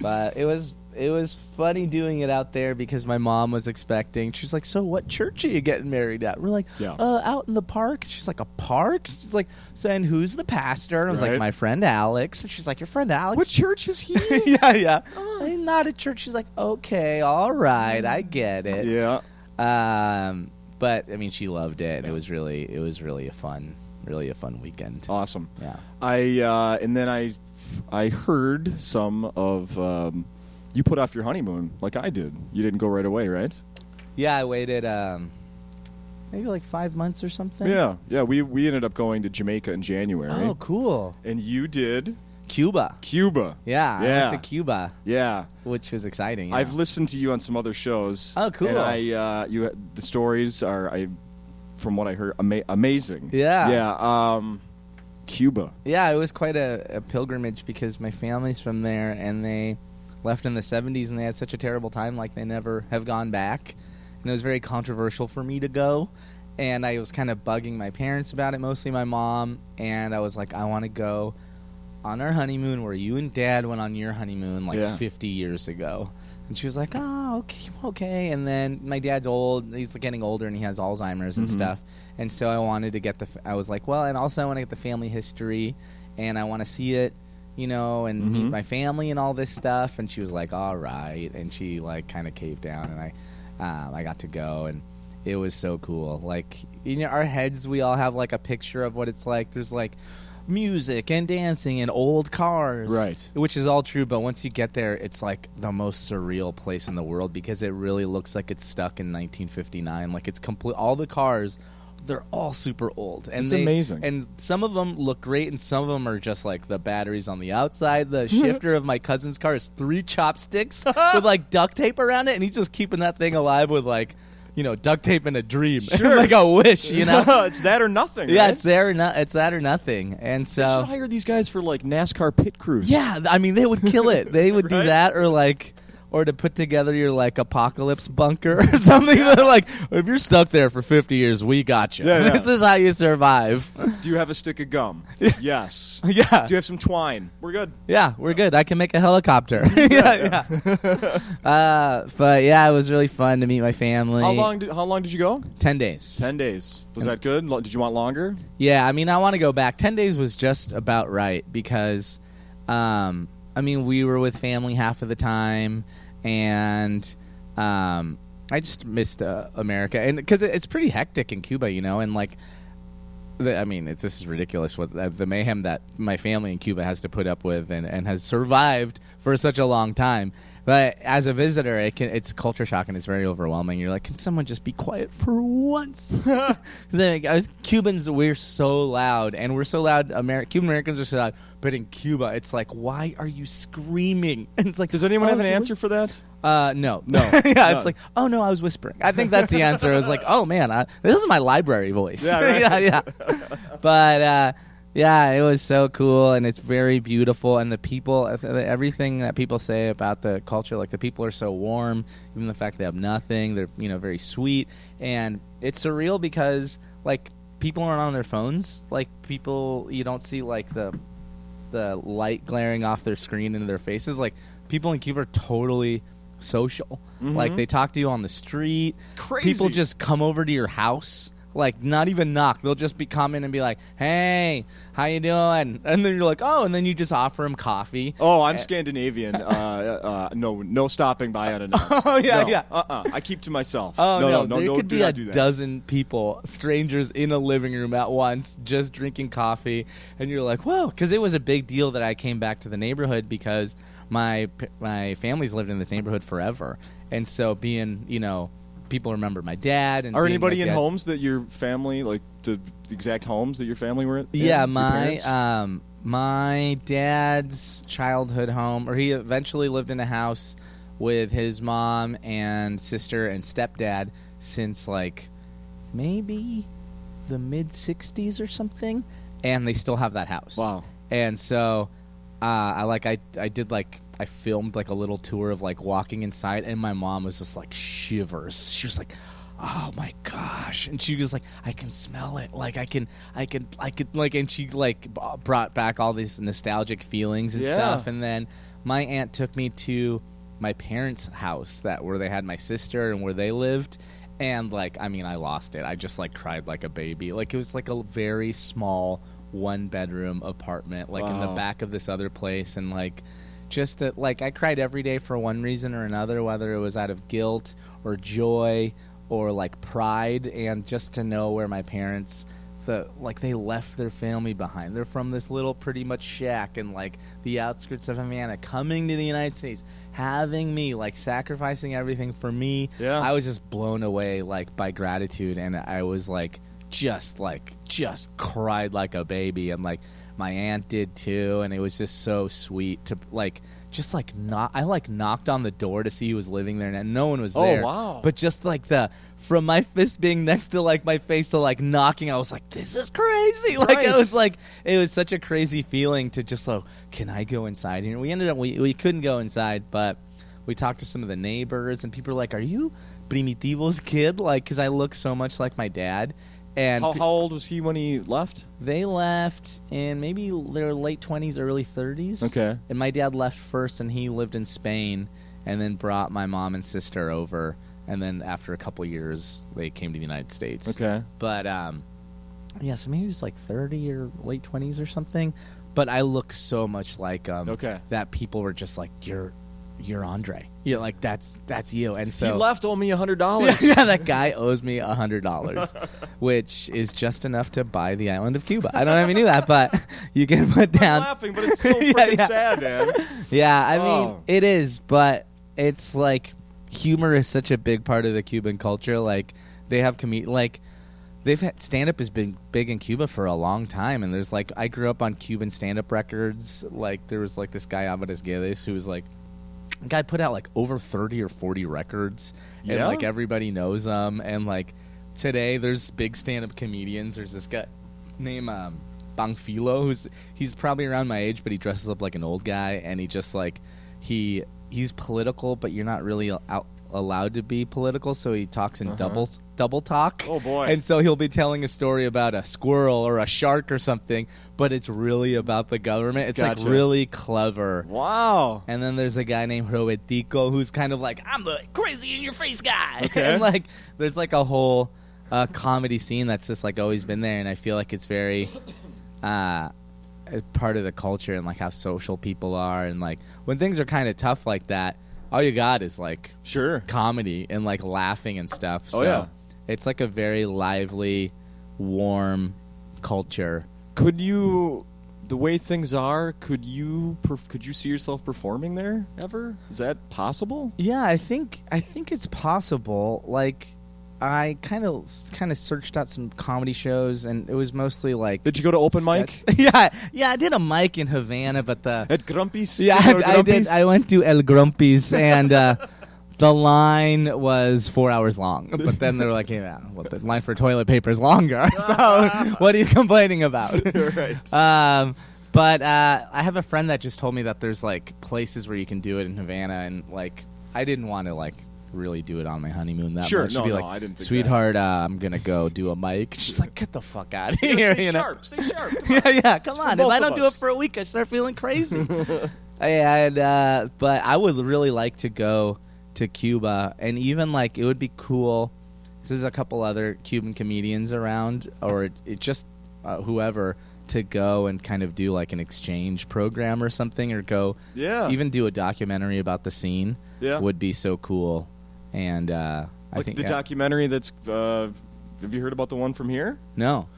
Speaker 2: but it was it was funny doing it out there because my mom was expecting. She's like, so what church are you getting married at? We're like,
Speaker 1: Yeah.
Speaker 2: uh, out in the park. She's like, a park. She's like, so and who's the pastor? And I was
Speaker 1: Right.
Speaker 2: like, my friend Alex. And she's like, your friend Alex.
Speaker 1: what church is he? Oh.
Speaker 2: yeah, yeah. He's Not at church. She's like, okay, all right,
Speaker 1: Mm.
Speaker 2: I get it.
Speaker 1: yeah.
Speaker 2: Um, but I mean, she loved it. and It was really, it was really a fun, really a fun weekend.
Speaker 1: Awesome.
Speaker 2: Yeah.
Speaker 1: I uh, and then I I heard some of um, you put off your honeymoon like I did. You didn't go right away, right?
Speaker 2: Yeah, I waited um, maybe like five months or something.
Speaker 1: Yeah. Yeah, we we ended up going to Jamaica in January.
Speaker 2: Oh, cool.
Speaker 1: And you did
Speaker 2: Cuba.
Speaker 1: Cuba.
Speaker 2: Yeah. I
Speaker 1: Yeah.
Speaker 2: went to Cuba,
Speaker 1: Yeah.
Speaker 2: which was exciting. yeah.
Speaker 1: I've listened to you on some other shows.
Speaker 2: Oh, cool.
Speaker 1: And I, uh, you, the stories are, I, from what I heard, ama- amazing.
Speaker 2: Yeah.
Speaker 1: yeah. Um, Cuba.
Speaker 2: yeah, it was quite a, a pilgrimage because my family's from there and they left in the 70s and they had such a terrible time, like they never have gone back. And it was very controversial for me to go. And I was kind of bugging my parents about it, mostly my mom. And I was like, I want to go on our honeymoon where you and dad went on your honeymoon like
Speaker 1: Yeah.
Speaker 2: 50 years ago. And she was like, oh, okay, okay. And then my dad's old. He's like, getting older and he has Alzheimer's and
Speaker 1: Mhm.
Speaker 2: stuff. And so I wanted to get the, f- I was like, well, and also I want to get the family history and I want to see it, you know, and meet
Speaker 1: Mhm.
Speaker 2: my family and all this stuff. And she was like, all right. And she like kind of caved down and I, um, I got to go and it was so cool. Like, in our heads, we all have like a picture of what it's like. There's like, music and dancing and old cars
Speaker 1: Right.
Speaker 2: which is all true but once you get there it's like the most surreal place in the world because it really looks like it's stuck in 1959 like it's complete all the cars they're all super old and
Speaker 1: It's
Speaker 2: they-
Speaker 1: amazing.
Speaker 2: and some of them look great and some of them are just like the batteries on the outside the shifter of my cousin's car is three chopsticks with like duct tape around it and he's just keeping that thing alive with like you know duct tape and a dream
Speaker 1: Sure.
Speaker 2: like a wish you know
Speaker 1: it's that or nothing.
Speaker 2: yeah
Speaker 1: right?
Speaker 2: it's there or not it's that or nothing and so
Speaker 1: They should hire these guys for like NASCAR pit crews.
Speaker 2: yeah, th- I mean they would kill it. They would
Speaker 1: Right?
Speaker 2: do that or like or to put together your like apocalypse bunker or something They're like if you're stuck there for 50 years, we got you.
Speaker 1: Yeah, yeah.
Speaker 2: This is how you survive.
Speaker 1: Do you have a stick of gum? yes.
Speaker 2: yeah.
Speaker 1: Do you have some twine? We're good.
Speaker 2: Yeah, we're good. I can make a helicopter. yeah, yeah. uh, but yeah, it was really fun to meet my family.
Speaker 1: How long? Did, how long did you go?
Speaker 2: 10 days.
Speaker 1: Ten days. Was that good? Lo- Did you want longer?
Speaker 2: Yeah, I mean, I want to go back. Ten days was just about right because, um, I mean, we were with family half of the time, and um, I just missed uh, America, and because it's pretty hectic in Cuba, you know, and like the- I mean, it's, this is ridiculous. What uh, the mayhem that my family in Cuba has to put up with and, and has survived for such a long time. But as a visitor, it can, it's culture shock and it's very overwhelming. You're like, can someone just be quiet for once? Then, guys, Cubans, we're so loud, and we're so loud. Ameri- Cuban Americans are so loud, but in Cuba, it's like, why are you screaming? And it's like,
Speaker 1: Does anyone
Speaker 2: "Oh,
Speaker 1: have an
Speaker 2: so we're-
Speaker 1: answer for that?
Speaker 2: uh, no, no. yeah,
Speaker 1: No.
Speaker 2: it's like, oh no, I was whispering. I think that's the answer. I was like, oh man, I, this is my library voice.
Speaker 1: Yeah, right.
Speaker 2: yeah, yeah. But uh, yeah, it was so cool, and it's very beautiful, and the people, uh, everything that people say about the culture, like the people are so warm, even the fact they have nothing, they're you know very sweet, and it's surreal because like people aren't on their phones, like people you don't see like the the light glaring off their screen into their faces. Like people in Cuba are totally social. Like they talk to you on the street.
Speaker 1: Crazy.
Speaker 2: People just come over to your house. Like not even knock. They'll just be coming and be like, "Hey, how you doing?" And then you're like, "Oh," and then you just offer them coffee.
Speaker 1: Oh, I'm Scandinavian. Uh, uh, no, no stopping by unannounced.
Speaker 2: Oh, yeah,
Speaker 1: No,
Speaker 2: yeah.
Speaker 1: Uh-uh. I keep to myself.
Speaker 2: Oh
Speaker 1: no,
Speaker 2: no,
Speaker 1: no, no,
Speaker 2: there
Speaker 1: no,
Speaker 2: could
Speaker 1: do
Speaker 2: be
Speaker 1: not
Speaker 2: a
Speaker 1: do that.
Speaker 2: dozen people, strangers in a living room at once, just drinking coffee, and you're like, "Whoa!" Because it was a big deal that I came back to the neighborhood because my p- my family's lived in this neighborhood forever, and so being you know people remember my dad and
Speaker 1: Are
Speaker 2: being
Speaker 1: anybody
Speaker 2: my
Speaker 1: in
Speaker 2: dad's-
Speaker 1: homes that your family, like the exact homes that your family were in?
Speaker 2: Yeah,
Speaker 1: Your
Speaker 2: my
Speaker 1: parents?
Speaker 2: um, my dad's childhood home, or he eventually lived in a house with his mom and sister and stepdad since like maybe the mid '60s or something, and they still have that house.
Speaker 1: Wow.
Speaker 2: And so, uh, I like I I did like I filmed like a little tour of like walking inside, and my mom was just like shivers. She was like, "Oh my gosh!" And she was like, "I can smell it. Like I can I can I could like." And she like b- brought back all these nostalgic feelings and
Speaker 1: Yeah.
Speaker 2: stuff. And then my aunt took me to my parents' house that where they had my sister and where they lived. And like, I mean, I lost it. I just like cried like a baby. Like it was like a very small one bedroom apartment, like in the
Speaker 1: Wow.
Speaker 2: back of this other place, and like just that like I cried every day for one reason or another, whether it was out of guilt or joy or like pride, and just to know where my parents. The, like they left their family behind. They're from this little pretty much shack in like the outskirts of Havana, coming to the United States, having me, like sacrificing everything for me.
Speaker 1: Yeah.
Speaker 2: I was just blown away like by gratitude and I was like just like just cried like a baby and like my aunt did too and it was just so sweet to like just like not I like knocked on the door to see who was living there and no one was
Speaker 1: Oh,
Speaker 2: there.
Speaker 1: wow.
Speaker 2: But just like the from my fist being next to like my face to like knocking, I was like, This is crazy. Like
Speaker 1: Right.
Speaker 2: I was like it was such a crazy feeling to just like, can I go inside here? We ended up we, we couldn't go inside, but we talked to some of the neighbors and people were like, Are you Primitivo's kid? Like, because I look so much like my dad. And
Speaker 1: How, how old was he when he left?
Speaker 2: they left in maybe their late twenties, early thirties.
Speaker 1: Okay.
Speaker 2: And my dad left first, and he lived in Spain, and then brought my mom and sister over, and then after a couple years, they came to the United States.
Speaker 1: Okay.
Speaker 2: But um, yeah, so maybe he was like thirty or late twenties or something. But I look so much like um
Speaker 1: Okay.
Speaker 2: that people were just like you're you're Andre. You're like that's that's you. And so
Speaker 1: he left, owe me a hundred
Speaker 2: yeah,
Speaker 1: dollars.
Speaker 2: yeah, that guy owes me a hundred dollars, which is just enough to buy the island of Cuba. I don't know if you knew that, but you can put
Speaker 1: I'm
Speaker 2: down.
Speaker 1: laughing, but it's so freaking
Speaker 2: Yeah, yeah.
Speaker 1: sad, man.
Speaker 2: Yeah, I mean
Speaker 1: Oh.
Speaker 2: it is, but it's like humor is such a big part of the Cuban culture. Like they have comed like they've had stand up has been big in Cuba for a long time, and there's like I grew up on Cuban stand up records. Like there was like this guy Amadis Guedes who was like the guy put out like over 30 or 40 records and
Speaker 1: Yeah?
Speaker 2: like everybody knows him and like today there's big stand-up comedians there's this guy named um Bangfilo who's he's probably around my age but he dresses up like an old guy and he just like he he's political but you're not really out allowed to be political so he talks in double double talk
Speaker 1: Uh-huh. Oh, boy.
Speaker 2: and so he'll be telling a story about a squirrel or a shark or something but it's really about the government it's
Speaker 1: Gotcha.
Speaker 2: like really clever
Speaker 1: Wow.
Speaker 2: and then there's a guy named Roetico who's kind of like, I'm the crazy in your face guy.
Speaker 1: Okay.
Speaker 2: and like, there's like a whole uh, comedy scene that's just like always been there. And I feel like it's very uh, a part of the culture and like how social people are. And like, when things are kind of tough like that, all you got is like
Speaker 1: Sure.
Speaker 2: comedy and like laughing and stuff.
Speaker 1: Oh,
Speaker 2: So
Speaker 1: yeah.
Speaker 2: it's like a very lively, warm culture.
Speaker 1: Could you, the way things are, could you perf- could you see yourself performing there ever? Is that possible?
Speaker 2: Yeah, I think I think it's possible. Like, I kind of kind of searched out some comedy shows, and it was mostly like
Speaker 1: Did you go to open mic
Speaker 2: sketch- yeah, yeah, I did a mic in Havana, but the
Speaker 1: at Grumpy's?
Speaker 2: yeah,
Speaker 1: Senor
Speaker 2: I, I did.
Speaker 1: Grumpy's?
Speaker 2: I went to El Grumpy's, and uh, the line was four hours long. But then they were like, "Yeah, well, the line for toilet paper is longer. so what are you complaining about?"
Speaker 1: You're right.
Speaker 2: um, but uh, I have a friend that just told me that there's like places where you can do it in Havana, and like I didn't want to like really do it on my honeymoon that
Speaker 1: Sure,
Speaker 2: much.
Speaker 1: no,
Speaker 2: be
Speaker 1: no,
Speaker 2: like,
Speaker 1: I didn't think that.
Speaker 2: Sweetheart, uh, I'm gonna go do a mic. She's like, get the fuck out of here.
Speaker 1: stay
Speaker 2: you know?
Speaker 1: sharp. Stay sharp.
Speaker 2: yeah, yeah. Come
Speaker 1: for
Speaker 2: on. If
Speaker 1: both
Speaker 2: I
Speaker 1: of
Speaker 2: don't do it
Speaker 1: us.
Speaker 2: for a week, I start feeling crazy. and uh, but I would really like to go to Cuba, and even like it would be cool. 'cause There's a couple other Cuban comedians around, or it just uh, whoever to go and kind of do like an exchange program or something, or go
Speaker 1: Yeah.
Speaker 2: even do a documentary about the scene.
Speaker 1: Yeah.
Speaker 2: would be so cool. And uh, I
Speaker 1: like
Speaker 2: think
Speaker 1: the
Speaker 2: that-
Speaker 1: documentary that's. Uh, have you heard about the one from here?
Speaker 2: no,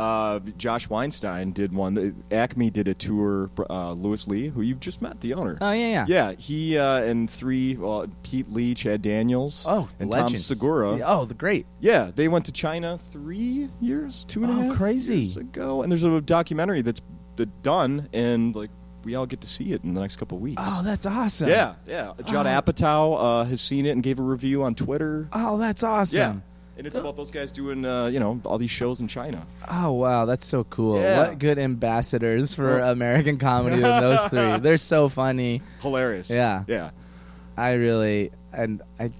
Speaker 1: Uh, Josh Weinstein did one. Acme did a tour. Uh, Lewis Lee, who you just met, the owner.
Speaker 2: oh yeah, yeah,
Speaker 1: Yeah, he uh, and three well, Pete Lee, Chad Daniels,
Speaker 2: Oh,
Speaker 1: and Tom
Speaker 2: legends.
Speaker 1: Segura.
Speaker 2: Oh, the great.
Speaker 1: Yeah, they went to China three years, two and a half
Speaker 2: Oh, crazy.
Speaker 1: years ago, and there's a documentary that's that done, and like we all get to see it in the next couple of weeks.
Speaker 2: Oh, that's awesome.
Speaker 1: yeah, yeah. Judd
Speaker 2: Oh.
Speaker 1: Apatow uh, has seen it and gave a review on Twitter.
Speaker 2: Oh, that's awesome.
Speaker 1: Yeah, and it's about those guys doing uh, you know all these shows in China.
Speaker 2: Oh, wow, that's so cool.
Speaker 1: Yeah.
Speaker 2: What good ambassadors for
Speaker 1: Well-
Speaker 2: American comedy than those three. They're so funny.
Speaker 1: Hilarious.
Speaker 2: Yeah.
Speaker 1: yeah.
Speaker 2: I really and I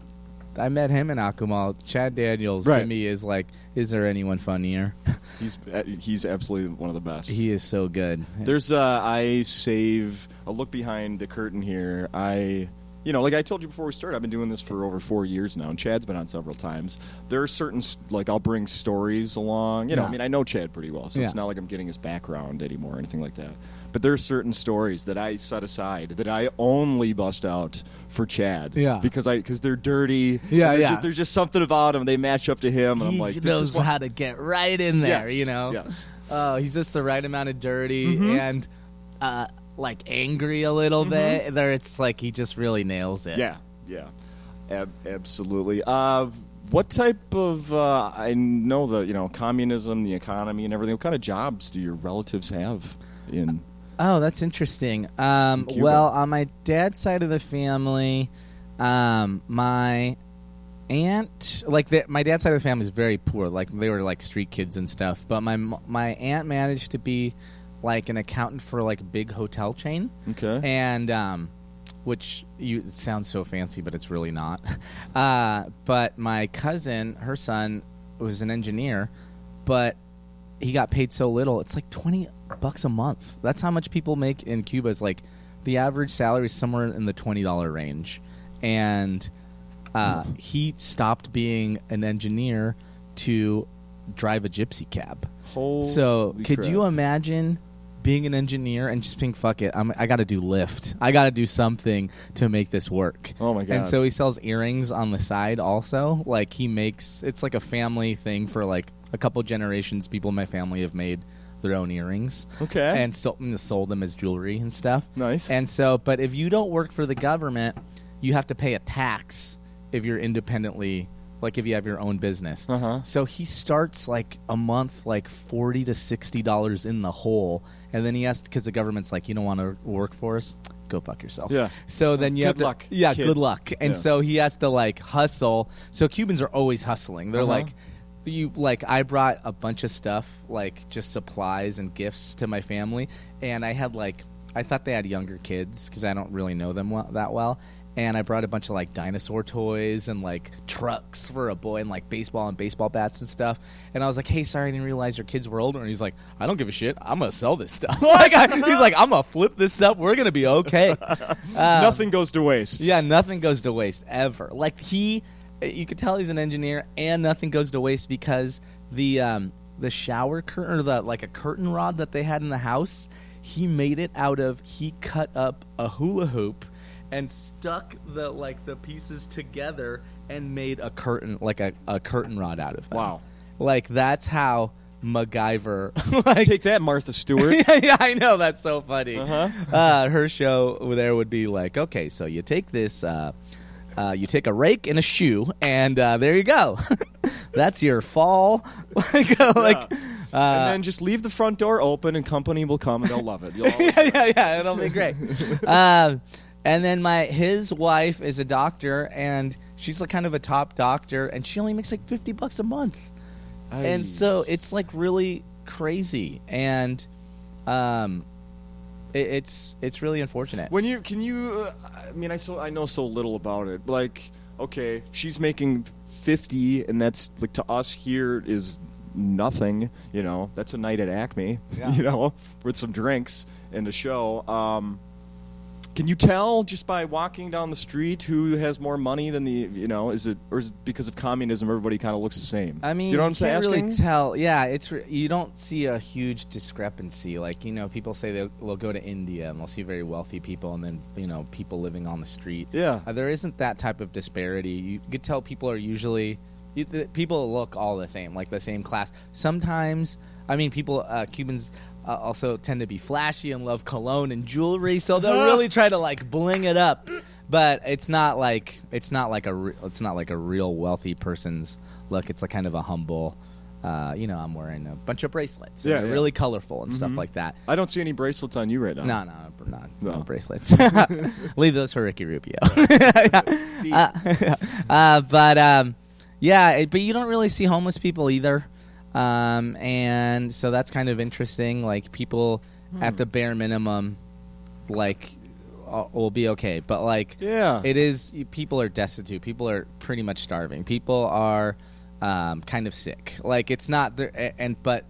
Speaker 2: I met him in Akumal. Chad Daniels to
Speaker 1: Right.
Speaker 2: me is like is there anyone funnier?
Speaker 1: He's uh, he's absolutely one of the best.
Speaker 2: he is so good.
Speaker 1: There's uh, I save a look behind the curtain here. I you know like I told you before we started, I've been doing this for over four years now, and Chad's been on several times. There are certain s- like I'll bring stories along. You know,
Speaker 2: Yeah.
Speaker 1: I mean I know Chad pretty well, so it's
Speaker 2: Yeah.
Speaker 1: not like I'm getting his background anymore or anything like that. But there are certain stories that I set aside that I only bust out for Chad,
Speaker 2: Yeah.
Speaker 1: because I because they're dirty.
Speaker 2: Yeah,
Speaker 1: and they're
Speaker 2: yeah.
Speaker 1: ju- there's just something about them. They match up to him, and
Speaker 2: he
Speaker 1: I'm like, this
Speaker 2: knows
Speaker 1: is what-
Speaker 2: how to get right in there,
Speaker 1: Yes,
Speaker 2: you know.
Speaker 1: yes. Mm-hmm.
Speaker 2: Oh, he's just the right amount of dirty and uh like angry a little bit. There it's like he just really nails it.
Speaker 1: Mm-hmm. Yeah, yeah, Ab- absolutely. Uh, what type of uh, I know the you know communism, the economy, and everything. What kind of jobs do your relatives have? In
Speaker 2: Oh, that's interesting. Um,
Speaker 1: Cuba.
Speaker 2: well, on my dad's side of the family, um, my aunt, like the, my dad's side of the family is very poor. Like they were like street kids and stuff. But my m- my aunt managed to be like an accountant for like a big hotel chain
Speaker 1: okay,
Speaker 2: and um, which you it sounds so fancy, but it's really not. Uh, but my cousin, her son, was an engineer, but he got paid so little. It's like twenty bucks a month. That's how much people make in Cuba. Is like the average salary is somewhere in the twenty dollar range, and uh, he stopped being an engineer to drive a gypsy cab.
Speaker 1: Holy
Speaker 2: So could you
Speaker 1: crap.
Speaker 2: imagine being an engineer and just being fuck it? I'm, I got to do lift. I got to do something to make this work.
Speaker 1: Oh, my God.
Speaker 2: And so he sells earrings on the side. Also, like he makes it's like a family thing for like a couple generations. People in my family have made their own earrings.
Speaker 1: Okay.
Speaker 2: and so, and sold them as jewelry and stuff.
Speaker 1: Nice.
Speaker 2: And so, but if you don't work for the government, you have to pay a tax if you're independently. Like if you have your own business,
Speaker 1: Uh-huh.
Speaker 2: so he starts like a month, like forty to sixty dollars in the hole, and then he has because the government's like, you don't want to work for us, go fuck yourself.
Speaker 1: Yeah.
Speaker 2: So then you
Speaker 1: Good
Speaker 2: have to,
Speaker 1: luck,
Speaker 2: yeah,
Speaker 1: kid.
Speaker 2: good luck, and
Speaker 1: Yeah.
Speaker 2: so he has to like hustle. So Cubans are always hustling. They're
Speaker 1: Uh-huh.
Speaker 2: like, you like I brought a bunch of stuff, like just supplies and gifts to my family, and I had like I thought they had younger kids because I don't really know them well, that well. And I brought a bunch of like dinosaur toys and like trucks for a boy and like baseball and baseball bats and stuff. And I was like, "Hey, sorry, I didn't realize your kids were older." And he's like, "I don't give a shit. I'm gonna sell this stuff." like, I, he's like, "I'm gonna flip this stuff. We're gonna be okay." Um,
Speaker 1: nothing goes to waste.
Speaker 2: yeah, nothing goes to waste ever. Like he, you could tell he's an engineer, and nothing goes to waste because the um, the shower curtain or the like a curtain rod that they had in the house, he made it out of. He cut up a hula hoop and stuck the like the pieces together and made a curtain like a, a curtain rod out of them.
Speaker 1: Wow.
Speaker 2: Like that's how MacGyver. like,
Speaker 1: Take that, Martha Stewart.
Speaker 2: yeah, yeah, I know that's so funny.
Speaker 1: Uh-huh.
Speaker 2: Uh, her show there would be like, okay, so you take this, uh, uh, you take a rake and a shoe, and uh, there you go. that's your fall. like, uh, like, uh,
Speaker 1: and then just leave the front door open, and company will come and they'll love it. You'll all-
Speaker 2: yeah, yeah, yeah. It'll be great. um, and then my his wife is a doctor, and she's like kind of a top doctor, and she only makes like fifty bucks a month,
Speaker 1: Aye.
Speaker 2: and so it's like really crazy, and um, it, it's it's really unfortunate.
Speaker 1: when you can you, uh, I mean, I so I know so little about it. Like, okay, she's making fifty, and that's like to us here is nothing. You know, that's a night at Acme.
Speaker 2: Yeah.
Speaker 1: You know, with some drinks and a show. Um, can you tell just by walking down the street who has more money than the you know is it or is it because of communism everybody kind of looks the same?
Speaker 2: I mean,
Speaker 1: Do you know what
Speaker 2: you
Speaker 1: I'm
Speaker 2: can't
Speaker 1: saying?
Speaker 2: really tell. Yeah, it's re- you don't see a huge discrepancy. Like you know, people say they'll, they'll go to India and they'll see very wealthy people, and then you know, people living on the street.
Speaker 1: yeah.
Speaker 2: Uh, there isn't that type of disparity. You could tell people are usually you, th- people look all the same, like the same class. Sometimes, I mean, people uh, Cubans uh, also tend to be flashy and love cologne and jewelry, so they'll really try to like bling it up. But it's not like it's not like a re- it's not like a real wealthy person's look. It's like kind of a humble. Uh, you know, I'm wearing a bunch of bracelets. and
Speaker 1: Yeah,
Speaker 2: they're
Speaker 1: yeah.
Speaker 2: really colorful and stuff like that.
Speaker 1: I don't see any bracelets on you right now.
Speaker 2: No, no, no, no,
Speaker 1: No.
Speaker 2: bracelets. Leave those for Ricky Rubio. uh, uh, but um, yeah, it, but you don't really see homeless people either, um, and so that's kind of interesting. Like people at the bare minimum, like uh, will be okay, but like
Speaker 1: Yeah.
Speaker 2: it is people are destitute. People are pretty much starving. People are um, kind of sick. Like it's not there, a- and but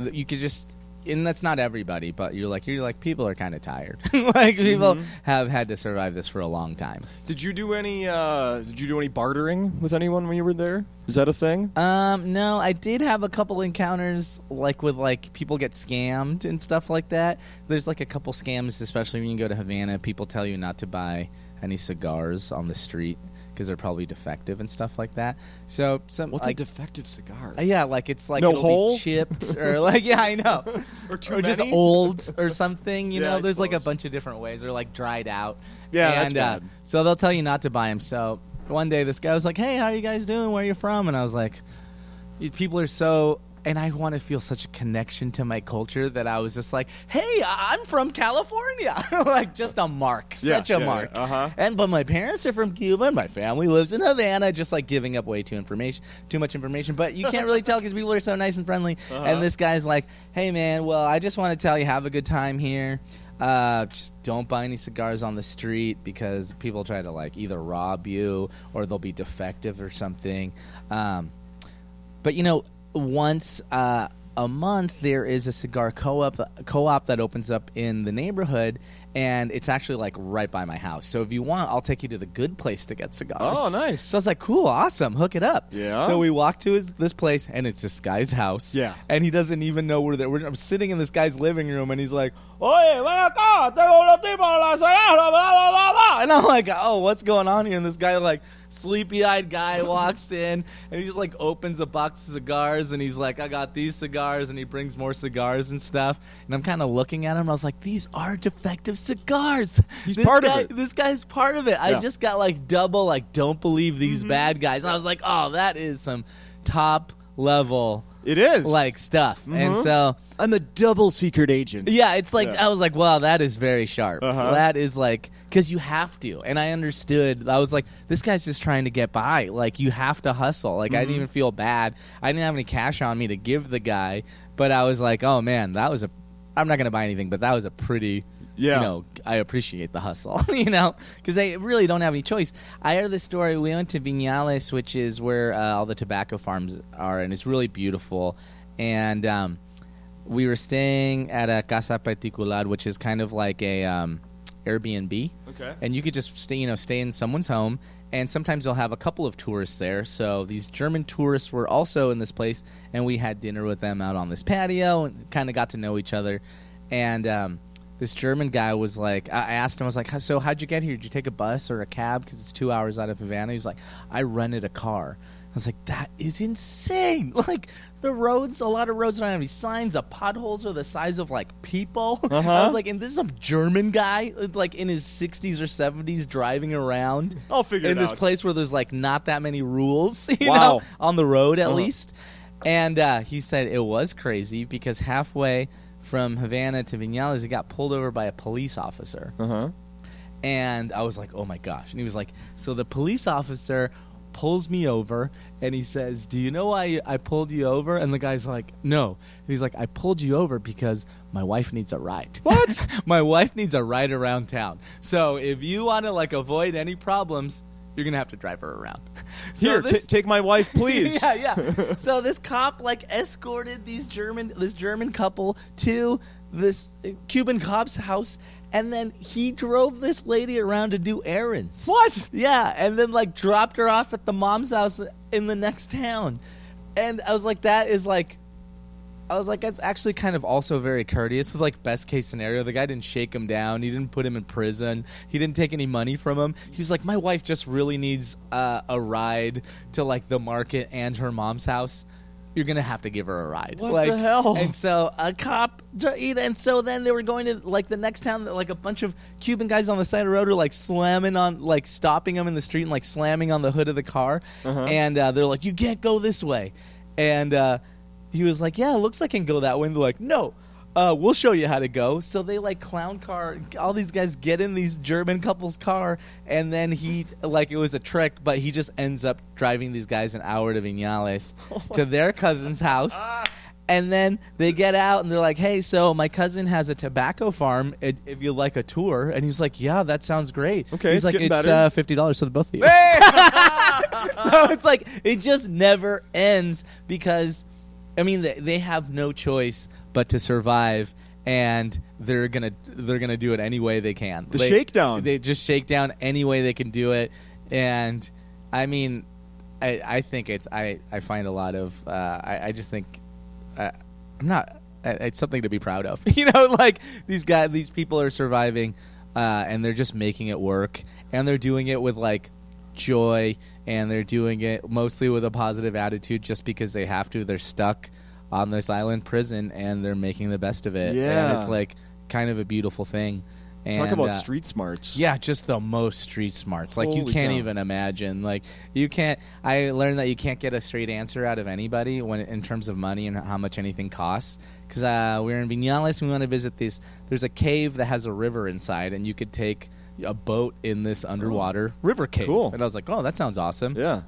Speaker 2: th- you could just and that's not everybody. But you're like you're like people are kind of tired. like people have had to survive this for a long time.
Speaker 1: Did you do any? Uh, did you do any bartering with anyone when you were there? Is that a thing?
Speaker 2: Um, no, I did have a couple encounters like with like people get scammed and stuff like that. There's like a couple scams, especially when you go to Havana. People tell you not to buy any cigars on the street because they're probably defective and stuff like that. So some
Speaker 1: What's
Speaker 2: like,
Speaker 1: a defective cigar?
Speaker 2: uh, yeah, like it's like
Speaker 1: No
Speaker 2: it'll
Speaker 1: hole?
Speaker 2: be chipped or like yeah, I know,
Speaker 1: or too
Speaker 2: or just
Speaker 1: many?
Speaker 2: old or something. You
Speaker 1: Yeah,
Speaker 2: know,
Speaker 1: I
Speaker 2: there's like a
Speaker 1: suppose.
Speaker 2: bunch of different ways or like dried out.
Speaker 1: Yeah, that's
Speaker 2: and,
Speaker 1: bad.
Speaker 2: Uh, so they'll tell you not to buy them. So one day this guy was like, "Hey, how are you guys doing? Where are you from?" And I was like, "You "People are so." And I want to feel such a connection to my culture that I was just like, "Hey, I- I'm from California," like just a mark,
Speaker 1: Yeah,
Speaker 2: such
Speaker 1: yeah,
Speaker 2: a
Speaker 1: yeah,
Speaker 2: mark.
Speaker 1: uh-huh.
Speaker 2: And but my parents are from Cuba, and my family lives in Havana. Just like giving up way too information, too much information. But you can't really tell because people are so nice and friendly.
Speaker 1: Uh-huh.
Speaker 2: And this guy's like, "Hey, man, well, I just want to tell you, have a good time here. Uh, just don't buy any cigars on the street because people try to like either rob you or they'll be defective or something." Um, but you know, once uh, a month there is a cigar co-op co-op that opens up in the neighborhood, and it's actually like right by my house. So if you want, I'll take you to the good place to get cigars.
Speaker 1: Oh, nice.
Speaker 2: So I was like, cool, awesome, hook it up.
Speaker 1: Yeah.
Speaker 2: So we walk to his this place, and it's this guy's house.
Speaker 1: Yeah.
Speaker 2: And he doesn't even know we're there. We're, I'm sitting in this guy's living room, and he's like, "Oye, ven acá, tengo unos tipos la cigarra, blah blah blah blah." And I'm like, "Oh, what's going on here?" And this guy, like, sleepy-eyed guy, walks in, and he just like opens a box of cigars, and he's like, "I got these cigars," and he brings more cigars and stuff. And I'm kind of looking at him. I was like, "These are defective cigars."
Speaker 1: He's
Speaker 2: This
Speaker 1: part of
Speaker 2: guy-
Speaker 1: it.
Speaker 2: This guy's part of it. I
Speaker 1: Yeah.
Speaker 2: just got like double like don't believe these bad guys. And I was like, "Oh, that is some top level
Speaker 1: It is
Speaker 2: like stuff." And
Speaker 1: Mhm.
Speaker 2: so,
Speaker 1: I'm a double secret agent.
Speaker 2: yeah, it's like
Speaker 1: Yeah.
Speaker 2: I was like, "Wow, that is very sharp."
Speaker 1: Uh-huh.
Speaker 2: That is like cuz you have to. And I understood. I was like, "This guy's just trying to get by. Like you have to hustle." Like
Speaker 1: Mm-hmm.
Speaker 2: I didn't even feel bad. I didn't have any cash on me to give the guy, but I was like, "Oh man, that was a I'm not going to buy anything, but that was a pretty
Speaker 1: Yeah.
Speaker 2: you know, I appreciate the hustle, you know, because they really don't have any choice. I heard this story. We went to Vinales, which is where uh, all the tobacco farms are, and it's really beautiful. And um, we were staying at a casa particular, which is kind of like a um, Airbnb
Speaker 1: Okay.
Speaker 2: and you could just stay you know stay in someone's home and sometimes they'll have a couple of tourists there so these german tourists were also in this place and we had dinner with them out on this patio and kind of got to know each other and um, this german guy was like i I asked him i was like "How- so how'd you get here did you take a bus or a cab because it's two hours out of havana he's like i rented a car I was like, that is insane. Like the roads, a lot of roads don't have any signs. The potholes are the size of like people. I
Speaker 1: Uh-huh.
Speaker 2: was like, and this is some German guy, like in his 60s or 70s, driving around
Speaker 3: I'll figure
Speaker 2: in
Speaker 3: it
Speaker 2: this
Speaker 3: out.
Speaker 2: place where there's like not that many rules, you
Speaker 1: Wow.
Speaker 2: know, on the road at
Speaker 1: Uh-huh.
Speaker 2: least. And uh, he said it was crazy because halfway from Havana to Vinales, he got pulled over by a police officer
Speaker 1: Uh huh.
Speaker 2: and I was like, "Oh my gosh!" And he was like, "So the police officer pulls me over, and he says, "Do you know why I pulled you over?" And the guy's like, "No." And he's like, "I pulled you over because my wife needs a ride. What? my wife needs a ride around town. So if you want to like avoid any problems, you're gonna have to drive her around." So
Speaker 3: Here,
Speaker 2: this-
Speaker 3: ta- take my wife, please.
Speaker 2: yeah, yeah. so this cop like escorted these German this German couple to this uh, Cuban cop's house and then he drove this lady around to do errands.
Speaker 1: What?
Speaker 2: Yeah, and then like dropped her off at the mom's house in the next town. And I was like that is like I was like, that's actually kind of also very courteous. It's like best case scenario. The guy didn't shake him down. He didn't put him in prison. He didn't take any money from him. He was like, my wife just really needs uh, a ride to like the market and her mom's house. You're gonna have to give her a ride.
Speaker 3: What
Speaker 2: like,
Speaker 3: the hell?
Speaker 2: And so a cop, and so then they were going to like the next town. Like a bunch of Cuban guys on the side of the road were like slamming on, like stopping them in the street and like slamming on the hood of the car. And uh, they're like, "You can't go this way." And uh, he was like, "Yeah, it looks like I can go that way." And they're like, "No, uh, we'll show you how to go." So they like clown car. All these guys get in these German couple's car, and then he like it was a trick, but he just ends up driving these guys an hour to Vinales to their cousin's house. And then they get out and they're like, "Hey, so my cousin has a tobacco farm. i- If you like a tour," and he's like, "Yeah, that sounds great."
Speaker 1: Okay,
Speaker 2: he's
Speaker 1: it's
Speaker 2: like,
Speaker 1: getting
Speaker 2: "It's
Speaker 1: better.
Speaker 2: uh, fifty dollars to the both of you." so it's like it just never ends because I mean they, they have no choice but to survive and they're gonna they're gonna do it any way they can.
Speaker 1: The
Speaker 2: They-
Speaker 1: shakedown.
Speaker 2: They just shake down any way they can do it, and I mean, I I think it's I I find a lot of uh, I I just think uh, I'm not I- it's something to be proud of. you know, like these guys these people are surviving, uh, and they're just making it work, and they're doing it with like joy and they're doing it mostly with a positive attitude just because they have to they're stuck on this island prison and they're making the best of it
Speaker 1: Yeah.
Speaker 2: and it's like kind of a beautiful thing and
Speaker 1: Talk about
Speaker 2: uh,
Speaker 1: street smarts.
Speaker 2: yeah just the most street smarts like you
Speaker 1: Holy
Speaker 2: can't
Speaker 1: cow.
Speaker 2: even imagine like you can't i learned that you can't get a straight answer out of anybody when in terms of money and how much anything costs because uh, we were in vinales and we want to visit this there's a cave that has a river inside and you could take a boat in this underwater river cave
Speaker 1: Cool.
Speaker 2: and i was like oh that sounds awesome
Speaker 1: Yeah.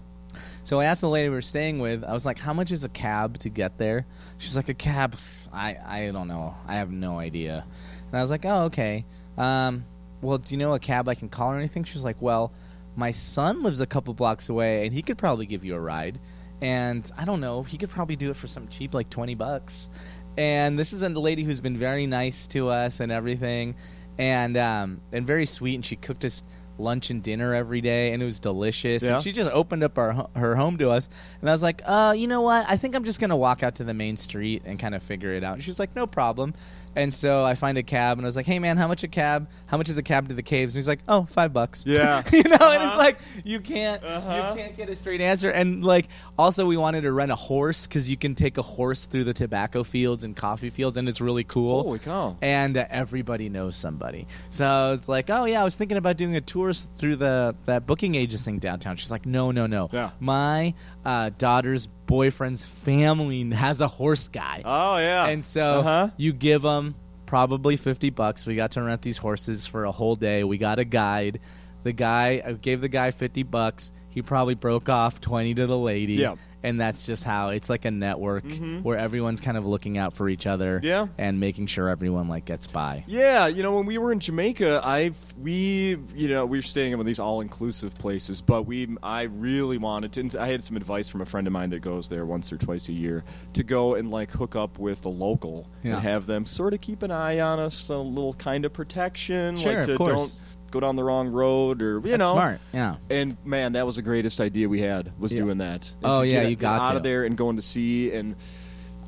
Speaker 2: so I asked the lady we were staying with. I was like, "How much is a cab to get there?" She's like, "A cab? pff, I I don't know. I have no idea." And I was like, "Oh, okay. Um, well, do you know a cab I can call or anything?" She's like, "Well, my son lives a couple blocks away, and he could probably give you a ride. And I don't know. He could probably do it for something cheap, like twenty bucks." And this is a lady who's been very nice to us and everything, and um, and very sweet. And she cooked us lunch and dinner every day, and it was delicious.
Speaker 1: Yeah.
Speaker 2: And she just opened up our, ho- her home to us, and I was like, uh, you know what? I think I'm just gonna walk out to the main street and kind of figure it out. And she was like, no problem. And so I find a cab, and I was like, hey man, how much a cab? How much is a cab to the caves? And he's like, oh, five bucks.
Speaker 1: Yeah.
Speaker 2: you know, and it's like you can't
Speaker 3: Uh-huh.
Speaker 2: you can't get a straight answer. And like also, we wanted to rent a horse because you can take a horse through the tobacco fields and coffee fields, and it's really cool
Speaker 1: Holy cow.
Speaker 2: and uh, everybody knows somebody. So it's like, oh yeah, I was thinking about doing a tour s- through the that booking agency thing downtown. She's like, no, no, no.
Speaker 1: Yeah.
Speaker 2: My uh, daughter's boyfriend's family has a horse guy,
Speaker 3: Oh yeah.
Speaker 2: and so
Speaker 1: Uh-huh.
Speaker 2: you give them probably fifty bucks. We got to rent these horses for a whole day. We got a guide. The guy I gave the guy fifty bucks. He probably broke off twenty to the lady.
Speaker 1: Yeah. Mm-hmm.
Speaker 2: And that's just how it's like a network where everyone's kind of looking out for each other
Speaker 1: Yeah.
Speaker 2: and making sure everyone like gets by.
Speaker 1: Yeah, you know, when we were in Jamaica, I we you know we were staying in one of these all inclusive places, but we I really wanted to. And I had some advice from a friend of mine that goes there once or twice a year to go and like hook up with the local
Speaker 2: Yeah.
Speaker 1: and have them sort of keep an eye on us, a little kind of protection,
Speaker 2: Sure,
Speaker 1: like
Speaker 2: of
Speaker 1: to
Speaker 2: course.
Speaker 1: don't go down the wrong road or you
Speaker 2: That's
Speaker 1: know
Speaker 2: smart. Yeah.
Speaker 1: And man, that was the greatest idea we had was
Speaker 2: Yeah.
Speaker 1: doing that. And
Speaker 2: Oh,
Speaker 1: to
Speaker 2: yeah,
Speaker 1: get
Speaker 2: you got
Speaker 1: out
Speaker 2: to.
Speaker 1: of there and going to sea and.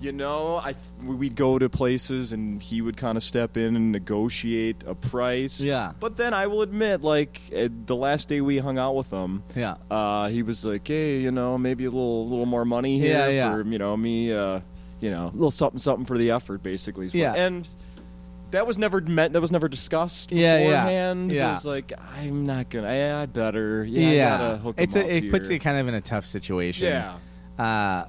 Speaker 1: You know, I th- we'd go to places and he would kind of step in and negotiate a price.
Speaker 2: Yeah.
Speaker 1: But then I will admit, like eh, the last day we hung out with him,
Speaker 2: Yeah.
Speaker 1: uh, he was like, "Hey, you know, maybe a little little more money here
Speaker 2: Yeah, yeah.
Speaker 1: for you know me, uh, you know, a little something something for the effort, basically." is what-
Speaker 2: Yeah.
Speaker 1: and that was never met. That was never discussed
Speaker 2: Yeah, yeah,
Speaker 1: beforehand.
Speaker 2: yeah.
Speaker 1: It was like, I'm not gonna. I, I better. Yeah, I gotta hook
Speaker 2: it's
Speaker 1: him
Speaker 2: a,
Speaker 1: up
Speaker 2: it puts
Speaker 1: here.
Speaker 2: you kind of in a tough situation.
Speaker 1: Yeah.
Speaker 2: Uh,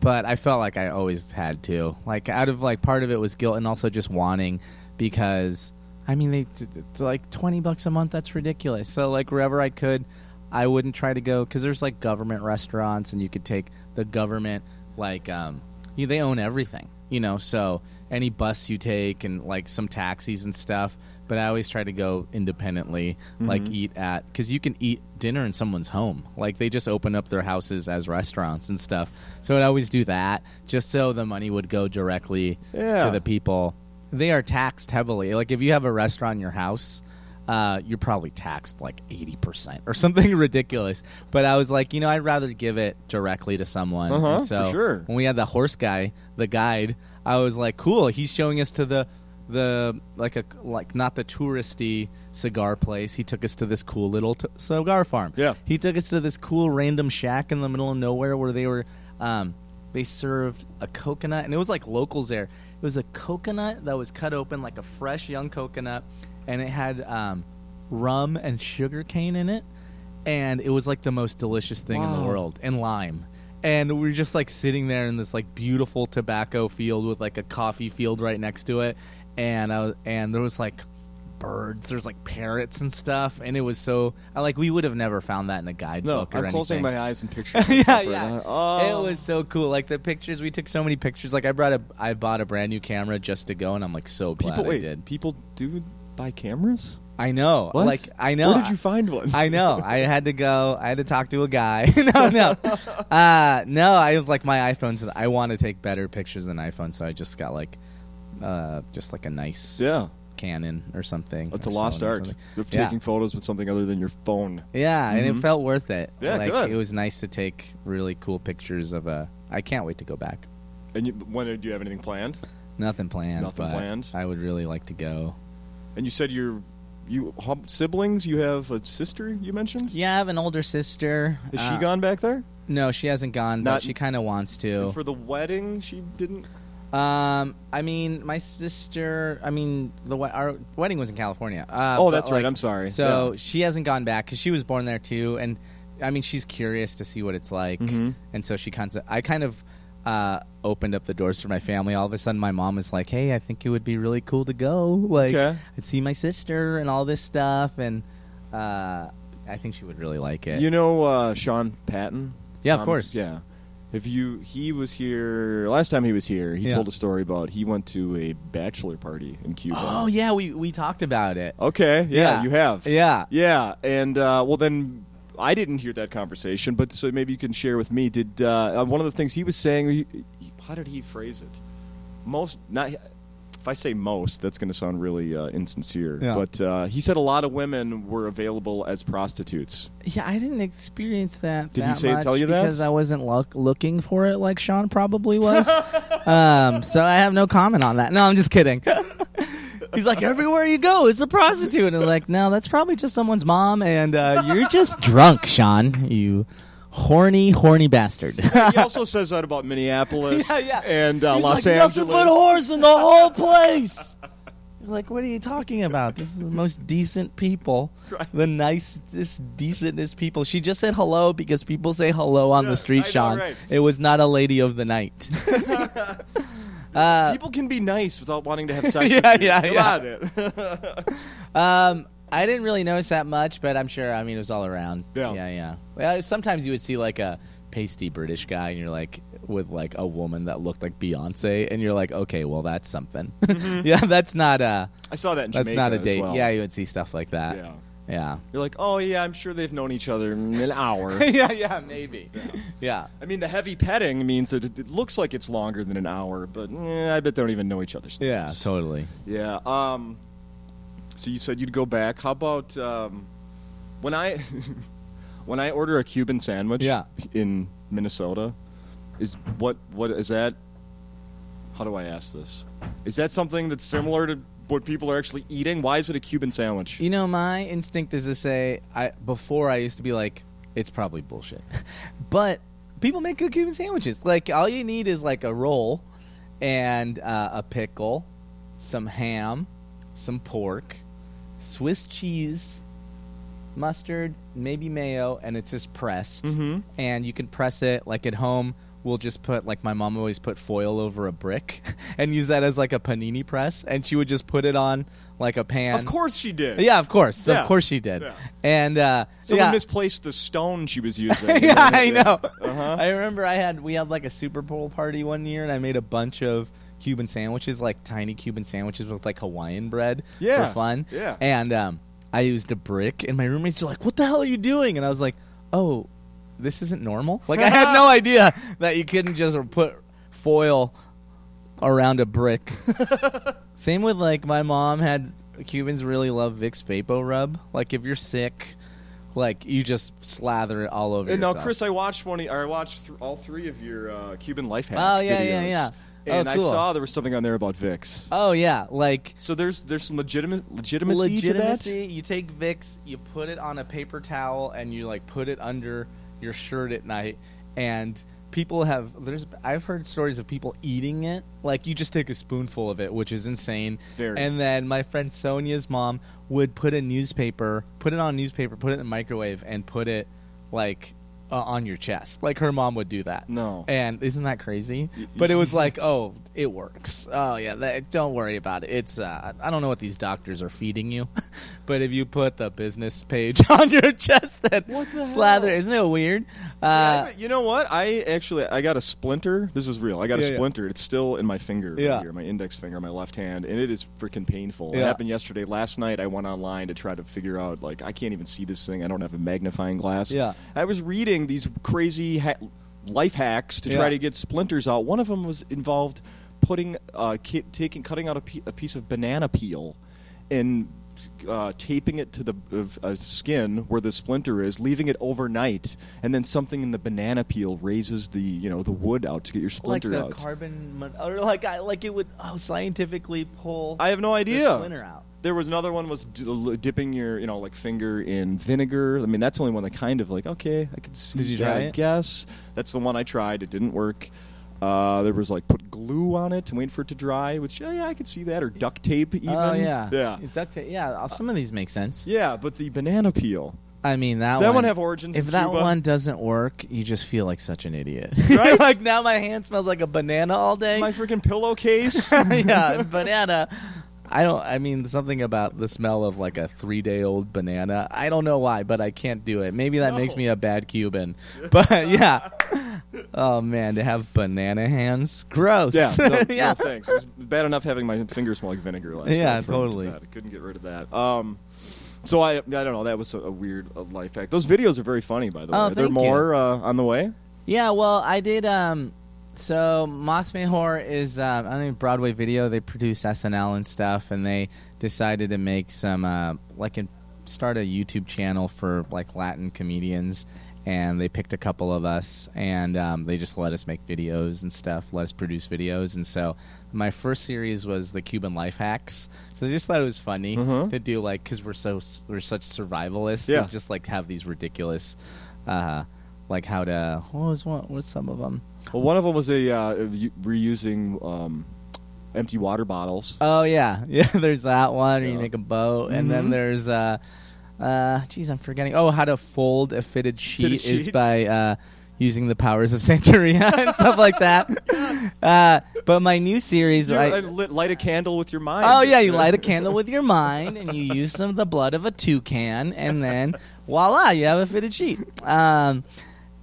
Speaker 2: but I felt like I always had to. Like out of like part of it was guilt and also just wanting because I mean they t- t- like 20 bucks a month that's ridiculous. So like wherever I could I wouldn't try to go cuz there's like government restaurants and you could take the government like um you, they own everything, you know. So any bus you take and like some taxis and stuff, but I always try to go independently,
Speaker 1: Mm-hmm.
Speaker 2: like eat at cuz you can eat dinner in someone's home. Like they just open up their houses as restaurants and stuff. So I'd always do that just so the money would go directly
Speaker 1: Yeah.
Speaker 2: to the people. They are taxed heavily. Like if you have a restaurant in your house, uh, you're probably taxed like eighty percent or something ridiculous. But I was like, you know, I'd rather give it directly to someone.
Speaker 1: Uh-huh,
Speaker 2: And so
Speaker 1: for sure.
Speaker 2: when we had the horse guy, the guide, I was like, cool. He's showing us to the the like a like not the touristy cigar place. He took us to this cool little t- cigar farm.
Speaker 1: Yeah.
Speaker 2: He took us to this cool random shack in the middle of nowhere where they were um they served a coconut and it was like locals there. It was a coconut that was cut open like a fresh young coconut and it had um rum and sugar cane in it and it was like the most delicious thing in the
Speaker 1: Wow.
Speaker 2: world and lime and we were just like sitting there in this like beautiful tobacco field with like a coffee field right next to it and I was, and there was like birds there's like parrots and stuff and it was so I like we would have never found that in a guidebook
Speaker 1: No,
Speaker 2: or
Speaker 1: I'm closing
Speaker 2: anything
Speaker 1: my eyes and picturing.
Speaker 2: yeah,
Speaker 1: myself right
Speaker 2: yeah.
Speaker 1: now. Oh.
Speaker 2: It was so cool. Like the pictures, we took so many pictures. Like I brought a, I bought a brand new camera just to go, and I'm like so glad
Speaker 1: People
Speaker 2: I
Speaker 1: wait.
Speaker 2: did.
Speaker 1: People do buy cameras.
Speaker 2: I know.
Speaker 1: What?
Speaker 2: Like I know.
Speaker 1: Where did you find one?
Speaker 2: I know. I had to go. I had to talk to a guy. no, no, uh, no. I was like, my iPhone's. I want to take better pictures than iPhone, so I just got like, uh, just like a nice
Speaker 1: yeah,
Speaker 2: Canon or something.
Speaker 1: that's
Speaker 2: or
Speaker 1: a lost
Speaker 2: Sony or
Speaker 1: art
Speaker 2: something.
Speaker 1: of
Speaker 2: Yeah.
Speaker 1: taking photos with something other than your phone.
Speaker 2: Yeah, and it
Speaker 1: Mhm.
Speaker 2: felt worth it.
Speaker 1: Yeah,
Speaker 2: like,
Speaker 1: good.
Speaker 2: It was nice to take really cool pictures of a. I can't wait to go back.
Speaker 1: And you, when do you have anything planned?
Speaker 2: Nothing planned.
Speaker 1: Nothing
Speaker 2: but
Speaker 1: planned?
Speaker 2: I would really like to go.
Speaker 1: And you said your you hum- siblings. You have a sister. You mentioned.
Speaker 2: Yeah, I have an older sister.
Speaker 1: Has
Speaker 2: Uh,
Speaker 1: she gone back there?
Speaker 2: No, she hasn't gone, but
Speaker 1: Not-
Speaker 2: she kind of wants to.
Speaker 1: And for the wedding, she didn't.
Speaker 2: um, I mean, my sister. I mean, the we- our wedding was in California. Uh,
Speaker 1: oh,
Speaker 2: but,
Speaker 1: that's right.
Speaker 2: like,
Speaker 1: I'm sorry.
Speaker 2: So
Speaker 1: Yeah.
Speaker 2: she hasn't gone back because she was born there too, and I mean, she's curious to see what it's like,
Speaker 1: Mhm.
Speaker 2: and so she kind of. I kind of. Uh, opened up the doors for my family. All of a sudden, my mom is like, "Hey, I think it would be really cool to go. Like,
Speaker 1: Okay.
Speaker 2: I'd see my sister and all this stuff, and uh, I think she would really like it."
Speaker 1: you know uh, Sean Patton.
Speaker 2: Yeah, of
Speaker 1: Um,
Speaker 2: course.
Speaker 1: Yeah. If you he was here last time he was here, he
Speaker 2: Yeah.
Speaker 1: told a story about he went to a bachelor party in Cuba.
Speaker 2: oh yeah, we we talked about it.
Speaker 1: Okay. Yeah,
Speaker 2: Yeah.
Speaker 1: you have.
Speaker 2: Yeah.
Speaker 1: Yeah. And uh, well, then I didn't hear that conversation, but so maybe you can share with me. Did uh, uh, one of the things he was saying? He, he- how did he phrase it? Most not. If I say most, that's going to sound really uh, insincere.
Speaker 2: Yeah.
Speaker 1: But uh, he said a lot of women were available as prostitutes.
Speaker 2: Yeah, I didn't experience that.
Speaker 1: Did he
Speaker 2: that
Speaker 1: say-
Speaker 2: much
Speaker 1: tell you that?
Speaker 2: because I wasn't look, looking for it like Sean probably was. um, so I have no comment on that. No, I'm just kidding. He's like, everywhere you go, it's a prostitute. And I'm like, no, that's probably just someone's mom, and uh, you're just drunk, Sean. You horny, horny bastard.
Speaker 1: he also says that about Minneapolis
Speaker 2: Yeah, yeah.
Speaker 1: and uh,
Speaker 2: He's
Speaker 1: Los
Speaker 2: like,
Speaker 1: Angeles.
Speaker 2: Nothing but whores in the whole place. You're like, what are you talking about? This is the most decent people,
Speaker 1: Right.
Speaker 2: the nicest, decentest people. She just said hello because people say hello on
Speaker 1: Yeah,
Speaker 2: the street,
Speaker 1: I know,
Speaker 2: Sean.
Speaker 1: right.
Speaker 2: It was not a lady of the night. uh,
Speaker 1: People can be nice without wanting to have sex.
Speaker 2: Yeah,
Speaker 1: with you.
Speaker 2: yeah,
Speaker 1: Come
Speaker 2: yeah.
Speaker 1: on, it.
Speaker 2: um, I didn't really notice that much, but I'm sure. I mean, it was all around.
Speaker 1: Yeah.
Speaker 2: yeah, yeah. Well, sometimes you would see like a pasty British guy, and you're like with like a woman that looked like Beyonce, and you're like, okay, well, that's something.
Speaker 1: Mm-hmm.
Speaker 2: yeah, that's not uh
Speaker 1: I saw that in
Speaker 2: That's
Speaker 1: Jamaica
Speaker 2: not a
Speaker 1: as
Speaker 2: date.
Speaker 1: well.
Speaker 2: Yeah, you would see stuff like that.
Speaker 1: Yeah.
Speaker 2: Yeah.
Speaker 1: You're like, oh yeah, I'm sure they've known each other in an hour.
Speaker 2: yeah, yeah, maybe. Yeah.
Speaker 1: I mean, the heavy petting means that it, it looks like it's longer than an hour, but eh, I bet they don't even know each other's
Speaker 2: Yeah,
Speaker 1: names.
Speaker 2: totally.
Speaker 1: Yeah. Um, so you said you'd go back. How about um, when I when I order a Cuban sandwich
Speaker 2: Yeah.
Speaker 1: in Minnesota? Is what what is that? How do I ask this? Is that something that's similar to what people are actually eating? Why is it a Cuban sandwich?
Speaker 2: You know, my instinct is to say I before I used to be like, it's probably bullshit. but people make good Cuban sandwiches. Like all you need is like a roll and uh, a pickle, some ham, some pork, Swiss cheese, mustard, maybe mayo, and it's just pressed.
Speaker 1: Mhm.
Speaker 2: And you can press it like at home. We'll just put like my mom always put foil over a brick and use that as like a panini press, and she would just put it on like a pan.
Speaker 1: Of course she did.
Speaker 2: Yeah, of course,
Speaker 1: Yeah.
Speaker 2: of course she did.
Speaker 1: Yeah.
Speaker 2: And uh,
Speaker 1: Someone
Speaker 2: yeah.
Speaker 1: misplaced the stone she was using.
Speaker 2: yeah, I know.
Speaker 1: Uh-huh.
Speaker 2: I remember I had we had like a Super Bowl party one year, and I made a bunch of Cuban sandwiches, like tiny Cuban sandwiches with like Hawaiian bread
Speaker 1: Yeah,
Speaker 2: for fun.
Speaker 1: yeah.
Speaker 2: and um, I used a brick, and my roommates were like, "What the hell are you doing?" And I was like, "Oh, this isn't normal." Like I had no idea that you couldn't just put foil around a brick. Same with like my mom had Cubans really love Vicks Vapo Rub. Like if you're sick, like you just slather it all over
Speaker 1: And now,
Speaker 2: yourself.
Speaker 1: Chris, I watched one. Or I watched th- all three of your uh, Cuban life hack
Speaker 2: Oh, yeah, yeah,
Speaker 1: videos.
Speaker 2: yeah. Oh,
Speaker 1: And I
Speaker 2: cool.
Speaker 1: saw there was something on there about Vicks.
Speaker 2: Oh yeah, like
Speaker 1: So there's there's some legitimate legitimacy, to
Speaker 2: legitimacy. You take Vicks, you put it on a paper towel, and you like put it under your shirt at night. And people have there's I've heard stories of people eating it. Like you just take a spoonful of it, which is insane.
Speaker 1: Very.
Speaker 2: And then my friend Sonia's mom would put a newspaper, put it on newspaper, put it in the microwave, and put it like. Uh, on your chest, like her mom would do that.
Speaker 1: No.
Speaker 2: and isn't that crazy? But it was like, oh, it works. Oh yeah, that, don't worry about it. It's uh, I don't know what these doctors are feeding you, but if you put the business page on your chest and
Speaker 1: What the
Speaker 2: slather,
Speaker 1: hell?
Speaker 2: isn't it weird?
Speaker 1: that.
Speaker 2: Uh,
Speaker 1: you know what? I actually I got a splinter. This is real. I got
Speaker 2: Yeah,
Speaker 1: a
Speaker 2: yeah.
Speaker 1: splinter. It's still in my finger right
Speaker 2: Yeah.
Speaker 1: here, my index finger, my left hand, and it is freaking painful. It
Speaker 2: Yeah.
Speaker 1: happened yesterday. Last night I went online to try to figure out like I can't even see this thing. I don't have a magnifying glass.
Speaker 2: Yeah.
Speaker 1: I was reading these crazy ha- life hacks to try
Speaker 2: Yeah.
Speaker 1: to get splinters out. One of them was involved putting uh, ki- taking cutting out a, pe- a piece of banana peel and uh, taping it to the of, uh, skin where the splinter is, leaving it overnight, and then something in the banana peel raises the you know the wood out to get your
Speaker 2: like
Speaker 1: splinter
Speaker 2: the
Speaker 1: out.
Speaker 2: carbon, mon- or like I, like it would oh, scientifically pull.
Speaker 1: I have no
Speaker 2: The
Speaker 1: idea.
Speaker 2: splinter out.
Speaker 1: There was another one was d- l- dipping your you know like finger in vinegar. I mean that's the only one that kind of like okay I could see
Speaker 2: Did you
Speaker 1: that,
Speaker 2: try
Speaker 1: I
Speaker 2: it?
Speaker 1: guess that's the one I tried. It didn't work. Uh, there was like put glue on it and wait for it to dry, which yeah, yeah I could see that or duct tape even.
Speaker 2: Oh yeah,
Speaker 1: yeah,
Speaker 2: Duct tape. Yeah, uh, some of these make sense.
Speaker 1: yeah. But the banana peel.
Speaker 2: I mean that.
Speaker 1: Does that
Speaker 2: one,
Speaker 1: one have origins
Speaker 2: If
Speaker 1: in
Speaker 2: that
Speaker 1: Cuba?
Speaker 2: one doesn't work, you just feel like such an idiot.
Speaker 1: Right?
Speaker 2: like now, my hand smells like a banana all day.
Speaker 1: My freaking pillowcase.
Speaker 2: yeah, banana. I don't. I mean, something about the smell of like a three-day-old banana. I don't know why, but I can't do it. Maybe that makes
Speaker 1: No.
Speaker 2: me a bad Cuban. But yeah. Oh man, to have banana hands, gross.
Speaker 1: Yeah, no,
Speaker 2: yeah.
Speaker 1: no thanks. It was bad enough having my fingers smell like vinegar last
Speaker 2: Yeah,
Speaker 1: night. for-
Speaker 2: totally.
Speaker 1: that. I couldn't get rid of that. Um, so I, I don't know. That was a, a weird uh, life hack. Those videos are very funny, by the way.
Speaker 2: Oh,
Speaker 1: are there
Speaker 2: thank
Speaker 1: more uh, on the way?
Speaker 2: Yeah, well, I did. Um, so Mas Mejor is uh, I mean Broadway Video. They produce SNL and stuff, and they decided to make some uh, like in, start a YouTube channel for like Latin comedians. And they picked a couple of us, and um, they just let us make videos and stuff, let us produce videos. And so, my first series was the Cuban life hacks. So I just thought it was funny
Speaker 1: Mhm.
Speaker 2: to do like because we're so s- we're such survivalists.
Speaker 1: Yeah.
Speaker 2: They just like have these ridiculous uh like how to what was one what's some of them
Speaker 1: Well, one of them was a uh, u- reusing um, empty water bottles.
Speaker 2: oh yeah yeah there's that one where
Speaker 1: Yeah.
Speaker 2: you make a boat and
Speaker 1: Mhm.
Speaker 2: then there's uh uh geez i'm forgetting oh how to fold a fitted sheet,
Speaker 1: Fitted
Speaker 2: is
Speaker 1: sheet.
Speaker 2: by uh using the powers of Santeria and stuff like that uh but my new series
Speaker 1: You-
Speaker 2: I,
Speaker 1: I lit, light a candle with your mind.
Speaker 2: Oh yeah, you light a candle with your mind, and you use some of the blood of a toucan, and then voila, you have a fitted sheet. Um,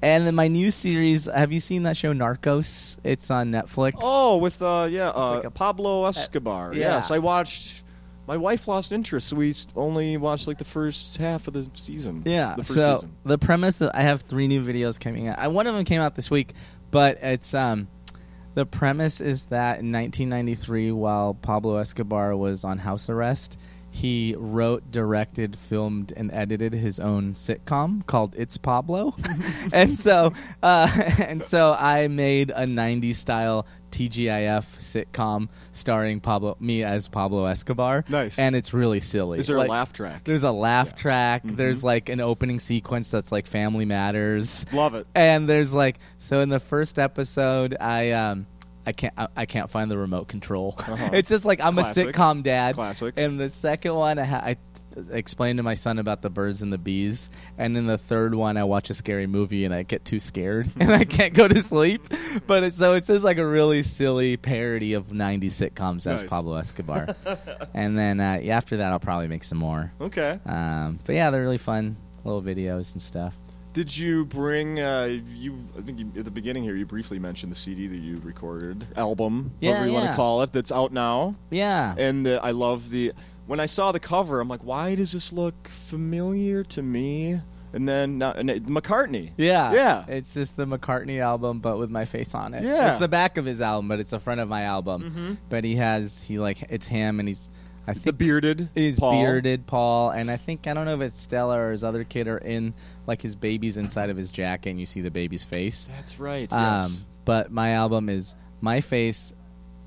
Speaker 2: and then my new series. Have you seen that show Narcos? It's on Netflix.
Speaker 1: Oh, with uh, yeah, uh,
Speaker 2: like a-
Speaker 1: Pablo Escobar.
Speaker 2: yeah.
Speaker 1: Yes, I watched. My wife lost interest, so we s- only watched like the first half of the season.
Speaker 2: yeah.
Speaker 1: the first
Speaker 2: so
Speaker 1: season.
Speaker 2: the premise. Of, I have three new videos coming out. I, one of them came out this week, but it's um, the premise is that in 1993, while Pablo Escobar was on house arrest, He wrote, directed, filmed, and edited his own sitcom called It's Pablo, and so uh, and so I made a '90s style TGIF sitcom starring Pablo, me as Pablo Escobar.
Speaker 1: Nice.
Speaker 2: and it's really silly.
Speaker 1: Is there
Speaker 2: Like,
Speaker 1: a laugh track?
Speaker 2: There's a laugh
Speaker 1: Yeah. Mm-hmm.
Speaker 2: track. There's like an opening sequence that's like Family Matters
Speaker 1: Love it.
Speaker 2: and there's like so in the first episode i um i can't i, I can't find the remote control
Speaker 1: Uh-huh.
Speaker 2: it's just like i'm a
Speaker 1: Classic.
Speaker 2: sitcom dad
Speaker 1: Classic.
Speaker 2: and the second one i, ha- I t- explained to my son about the birds and the bees and then the third one i watch a scary movie and i get too scared and i can't go to sleep but it's so it's just like a really silly parody of 90 sitcoms as
Speaker 1: Nice.
Speaker 2: pablo escobar and then uh, yeah, after that i'll probably make some more
Speaker 1: Okay.
Speaker 2: um, but yeah they're really fun little videos and stuff
Speaker 1: Did you bring uh, you? I think you, at the beginning here you briefly mentioned the CD that you recorded, album,
Speaker 2: Yeah,
Speaker 1: whatever you want
Speaker 2: yeah.
Speaker 1: to call it, that's out now.
Speaker 2: yeah
Speaker 1: And uh, I love the. When I saw the cover, I'm like, why does this look familiar to me? And then not, and it- McCartney.
Speaker 2: Yeah.
Speaker 1: Yeah.
Speaker 2: It's just the McCartney album, but with my face on it.
Speaker 1: Yeah. Mm-hmm.
Speaker 2: It's the back of his album, but it's the front of my album. But he has, he like, it's him and he's, I
Speaker 1: the
Speaker 2: think
Speaker 1: bearded.
Speaker 2: he's
Speaker 1: Paul.
Speaker 2: bearded Paul. And I think, I don't know if it's Stella or his other kid are in, like, his baby's inside of his jacket and you see the baby's face.
Speaker 1: That's right. yes.
Speaker 2: Um, but my album is my face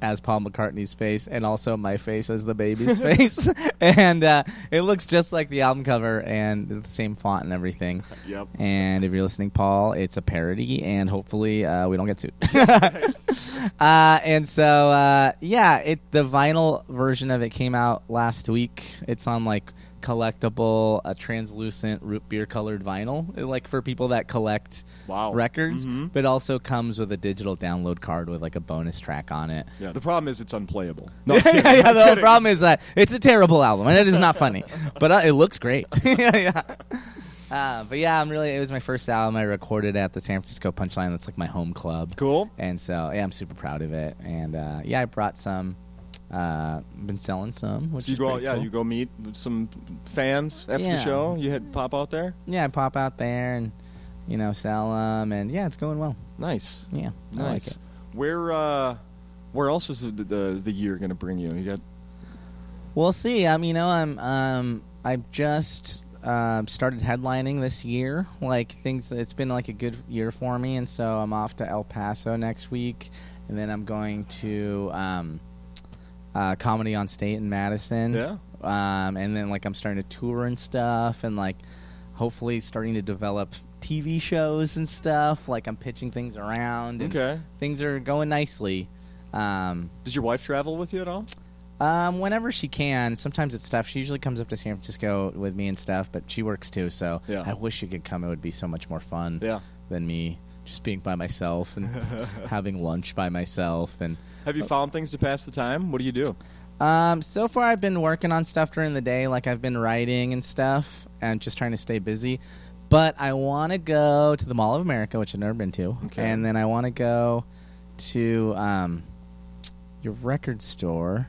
Speaker 2: as Paul McCartney's face, and also my face as the baby's face, and uh, it looks just like the album cover and the same font and everything.
Speaker 1: Yep.
Speaker 2: And if you're listening, Paul, it's a parody, and hopefully uh, we don't get sued. uh, and so, uh, yeah, it the vinyl version of it came out last week. It's on like collectible, uh, translucent root beer colored vinyl, like for people that collect
Speaker 1: Wow.
Speaker 2: records.
Speaker 1: Mhm.
Speaker 2: But it also comes with a digital download card with like a bonus track on it.
Speaker 1: Yeah. The problem is it's unplayable. No, I'm
Speaker 2: yeah,
Speaker 1: kidding,
Speaker 2: yeah,
Speaker 1: I'm
Speaker 2: The whole
Speaker 1: kidding.
Speaker 2: problem is that it's a terrible album, and it is not funny, but uh, it looks great. yeah, yeah. Uh, but yeah, I'm really. It was my first album I recorded at the San Francisco Punchline. That's like my home club,
Speaker 1: Cool.
Speaker 2: and so yeah, I'm super proud of it. And uh, yeah, I brought some. Uh, been selling some. Which
Speaker 1: So you
Speaker 2: is
Speaker 1: go,
Speaker 2: pretty
Speaker 1: yeah,
Speaker 2: cool.
Speaker 1: you go meet some fans after
Speaker 2: Yeah.
Speaker 1: the show. You had pop out there.
Speaker 2: yeah, I pop out there and you know sell them, and yeah, it's going well.
Speaker 1: Nice,
Speaker 2: Yeah, I like
Speaker 1: nice.
Speaker 2: it.
Speaker 1: Where, uh, where else is the the, the year going to bring you? You got
Speaker 2: We'll see. Um, you know, I'm um, I've just um started headlining this year. Like things, it's been like a good year for me, and so I'm off to El Paso next week, and then I'm going to um, uh, comedy on state in Madison.
Speaker 1: Yeah.
Speaker 2: Um, and then like I'm starting to tour and stuff, and like hopefully starting to develop TV shows and stuff. Like I'm pitching things around. And
Speaker 1: okay.
Speaker 2: Things are going nicely. Um,
Speaker 1: Does your wife travel with you at all?
Speaker 2: um, whenever she can. Sometimes it's stuff. She usually comes up to San Francisco with me and stuff, but she works too. So
Speaker 1: Yeah.
Speaker 2: I wish she could come. It would be so much more fun
Speaker 1: Yeah.
Speaker 2: than me just being by myself and having lunch by myself. And
Speaker 1: Have you found things to pass the time? What do you do?
Speaker 2: um, so far, I've been working on stuff during the day, like I've been writing and stuff, and just trying to stay busy. But I want to go to the Mall of America, which I've never been to,
Speaker 1: Okay.
Speaker 2: and then I want to go to um, your record store.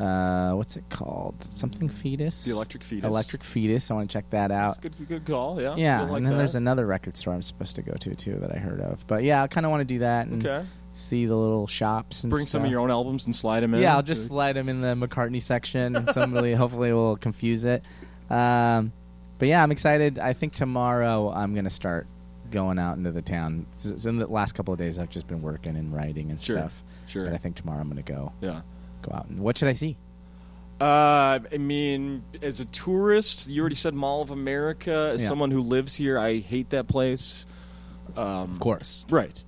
Speaker 2: Uh, what's it called? Something fetus.
Speaker 1: The Electric Fetus.
Speaker 2: Electric fetus. I want to check that out.
Speaker 1: That's a good, good call. Yeah.
Speaker 2: Yeah,
Speaker 1: You'll like
Speaker 2: and then
Speaker 1: that.
Speaker 2: there's another record store I'm supposed to go to too that I heard of. But yeah, I kind of want to do that and
Speaker 1: Okay.
Speaker 2: see the little shops and
Speaker 1: Bring some of
Speaker 2: stuff.
Speaker 1: your own albums and slide them in.
Speaker 2: Yeah, I'll just slide him in the McCartney section, and somebody hopefully will confuse it. Um, but yeah, I'm excited. I think tomorrow I'm gonna start going out into the town. S- s- In the last couple of days, I've just been working and writing and
Speaker 1: Sure,
Speaker 2: stuff.
Speaker 1: sure.
Speaker 2: But I think tomorrow I'm gonna go
Speaker 1: yeah.
Speaker 2: go out. And, what should I see?
Speaker 1: Uh, I mean, as a tourist, you already said Mall of America. As
Speaker 2: Yeah.
Speaker 1: someone who lives here, I hate that place. Um,
Speaker 2: Of course.
Speaker 1: Right.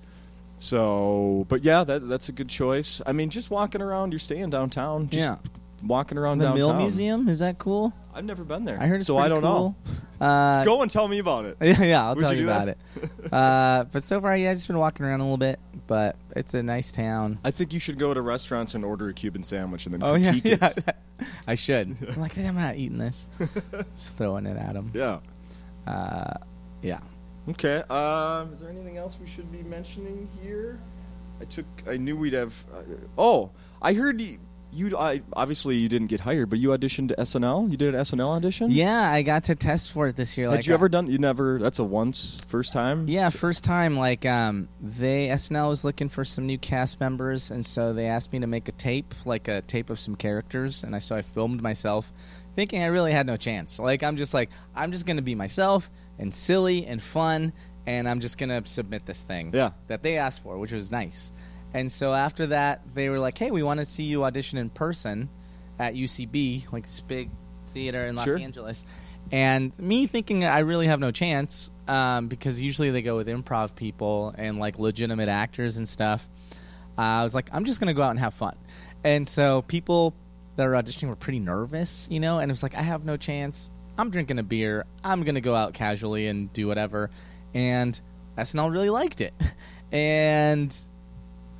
Speaker 1: So, but yeah, that that's a good choice. I mean, just walking around, you're staying downtown. Just
Speaker 2: Yeah.
Speaker 1: Walking around
Speaker 2: The
Speaker 1: downtown.
Speaker 2: Mill Museum is that cool?
Speaker 1: I've never been there.
Speaker 2: I heard it's
Speaker 1: so I
Speaker 2: pretty
Speaker 1: don't
Speaker 2: cool. know. Uh,
Speaker 1: know. Go and tell me about it.
Speaker 2: Yeah, yeah, I'll
Speaker 1: Would
Speaker 2: tell
Speaker 1: you
Speaker 2: you
Speaker 1: do
Speaker 2: about
Speaker 1: that?
Speaker 2: it. Uh, but so far, yeah, I've just been walking around a little bit. But it's a nice town.
Speaker 1: I think you should go to restaurants and order a Cuban sandwich and then
Speaker 2: Oh yeah,
Speaker 1: critique
Speaker 2: yeah.
Speaker 1: it.
Speaker 2: I should. I'm like, I'm not eating this. Just throwing it at him.
Speaker 1: Yeah.
Speaker 2: Uh, yeah.
Speaker 1: Okay. Um, is there anything else we should be mentioning here? I took. I knew we'd have. Uh, oh, I heard you. you I, obviously, you didn't get hired, but you auditioned to SNL. You did an SNL audition.
Speaker 2: Yeah, I got to test for it this year.
Speaker 1: Had
Speaker 2: like,
Speaker 1: you ever done? You never. That's a once, first time.
Speaker 2: Yeah, first time. Like, um, they SNL was looking for some new cast members, and so they asked me to make a tape, like a tape of some characters, and I so I filmed myself thinking I really had no chance. Like I'm just like I'm just gonna be myself and silly and fun, and I'm just gonna submit this thing
Speaker 1: Yeah.
Speaker 2: that they asked for, which was nice. And so after that, they were like, "Hey, we want to see you audition in person at UCB, like this big theater in Los
Speaker 1: Sure.
Speaker 2: Angeles." And me thinking I really have no chance um, because usually they go with improv people and like legitimate actors and stuff. Uh, I was like, I'm just gonna go out and have fun. And so people that were auditioning were pretty nervous, you know. And it was like, I have no chance. I'm drinking a beer. I'm gonna go out casually and do whatever. And SNL really liked it. And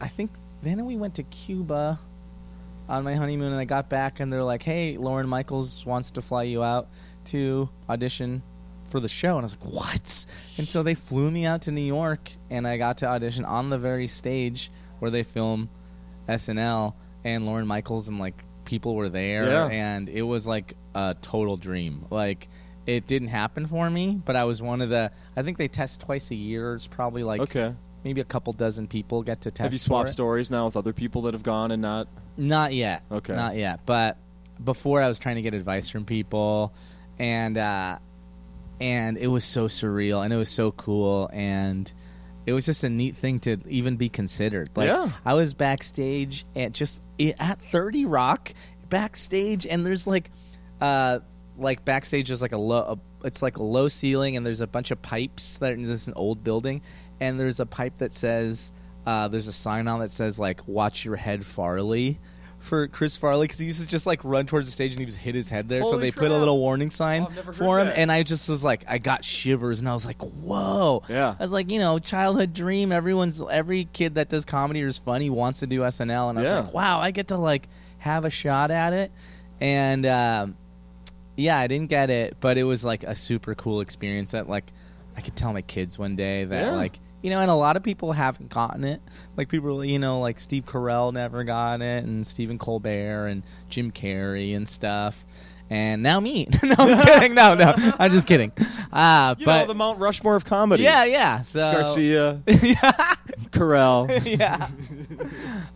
Speaker 2: I think then we went to Cuba on my honeymoon, and I got back, and they're like, "Hey, Lauren Michaels wants to fly you out to audition for the show," and I was like, "What?" And so they flew me out to New York, and I got to audition on the very stage where they film SNL, and Lauren Michaels and like people were there,
Speaker 1: Yeah.
Speaker 2: and it was like a total dream. Like. It didn't happen for me, but I was one of the. I think they test twice a year. It's probably like
Speaker 1: okay.
Speaker 2: maybe a couple dozen people get to test.
Speaker 1: Have you
Speaker 2: for
Speaker 1: swapped
Speaker 2: it.
Speaker 1: stories now with other people that have gone and not?
Speaker 2: Not yet.
Speaker 1: Okay.
Speaker 2: Not yet. But before I was trying to get advice from people and uh and it was so surreal and it was so cool and it was just a neat thing to even be considered. Like
Speaker 1: Yeah.
Speaker 2: I was backstage at just i- at 30 Rock backstage and there's like uh like backstage is like a low a, it's like a low ceiling and there's a bunch of pipes that this is an old building and there's a pipe that says uh there's a sign on that says like watch your head Farley for Chris Farley cuz he used to just like run towards the stage and he was hit his head there so
Speaker 1: Holy
Speaker 2: they put a
Speaker 1: crap.
Speaker 2: little warning sign
Speaker 1: Oh, I've never
Speaker 2: for
Speaker 1: heard
Speaker 2: him
Speaker 1: that.
Speaker 2: and I just was like I got shivers and I was like whoa
Speaker 1: Yeah.
Speaker 2: I was like you know childhood dream everyone's every kid that does comedy or is funny wants to do SNL and I was
Speaker 1: Yeah.
Speaker 2: like wow I get to like have a shot at it and um yeah, I didn't get it, but it was like a super cool experience that like I could tell my kids one day that
Speaker 1: Yeah.
Speaker 2: like you know, and a lot of people haven't gotten it. Like people, you know, like Steve Carell never got it, and Stephen Colbert and Jim Carrey and stuff. And now me. no, I'm just kidding. No, no, I'm just kidding. Uh,
Speaker 1: You know
Speaker 2: but
Speaker 1: the Mount Rushmore of comedy.
Speaker 2: yeah, yeah. So
Speaker 1: Garcia,
Speaker 2: yeah.
Speaker 1: Carell.
Speaker 2: yeah.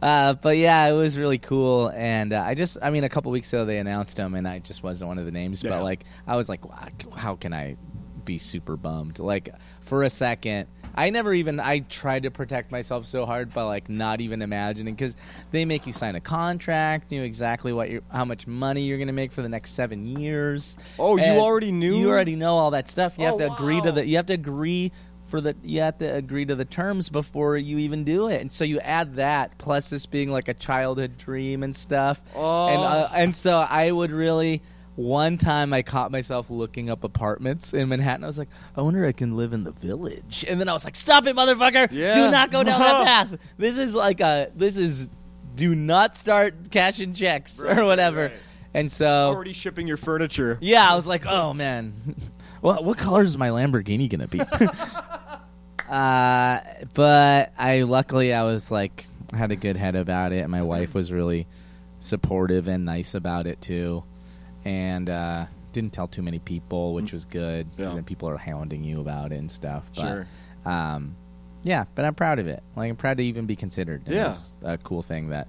Speaker 2: Uh, but yeah, it was really cool, and uh, I just, I mean, a couple weeks ago they announced him, and I just wasn't one of the names,
Speaker 1: Yeah.
Speaker 2: but like, I was like, "Wow, how can I be super bummed? Like, for a second, I never even, I tried to protect myself so hard by like not even imagining, because they make you sign a contract, you know exactly what you, how much money you're gonna make for the next seven years.
Speaker 1: Oh, you
Speaker 2: and
Speaker 1: already knew?
Speaker 2: You already know all that stuff. You
Speaker 1: Oh,
Speaker 2: have to agree to
Speaker 1: wow.
Speaker 2: the you have to agree for the you have to agree to the terms before you even do it and so you add that plus this being like a childhood dream and stuff and
Speaker 1: Oh.
Speaker 2: uh, and so i would really one time i caught myself looking up apartments in manhattan i was like i wonder if i can live in the village and then i was like stop it motherfucker
Speaker 1: Yeah.
Speaker 2: do not go down that path this is like a this is do not start cashing checks
Speaker 1: Right,
Speaker 2: or whatever
Speaker 1: right.
Speaker 2: and so
Speaker 1: Already shipping your furniture.
Speaker 2: yeah, I was like, oh man, what what color is my Lamborghini gonna be? uh, but I luckily I was like had a good head about it. My wife was really supportive and nice about it too, and uh, didn't tell too many people, which was good because
Speaker 1: Mm. Yeah.
Speaker 2: then people are hounding you about it and stuff. But,
Speaker 1: Sure.
Speaker 2: Um, yeah, but I'm proud of it. Like I'm proud to even be considered. And
Speaker 1: Yeah.
Speaker 2: it's a cool thing that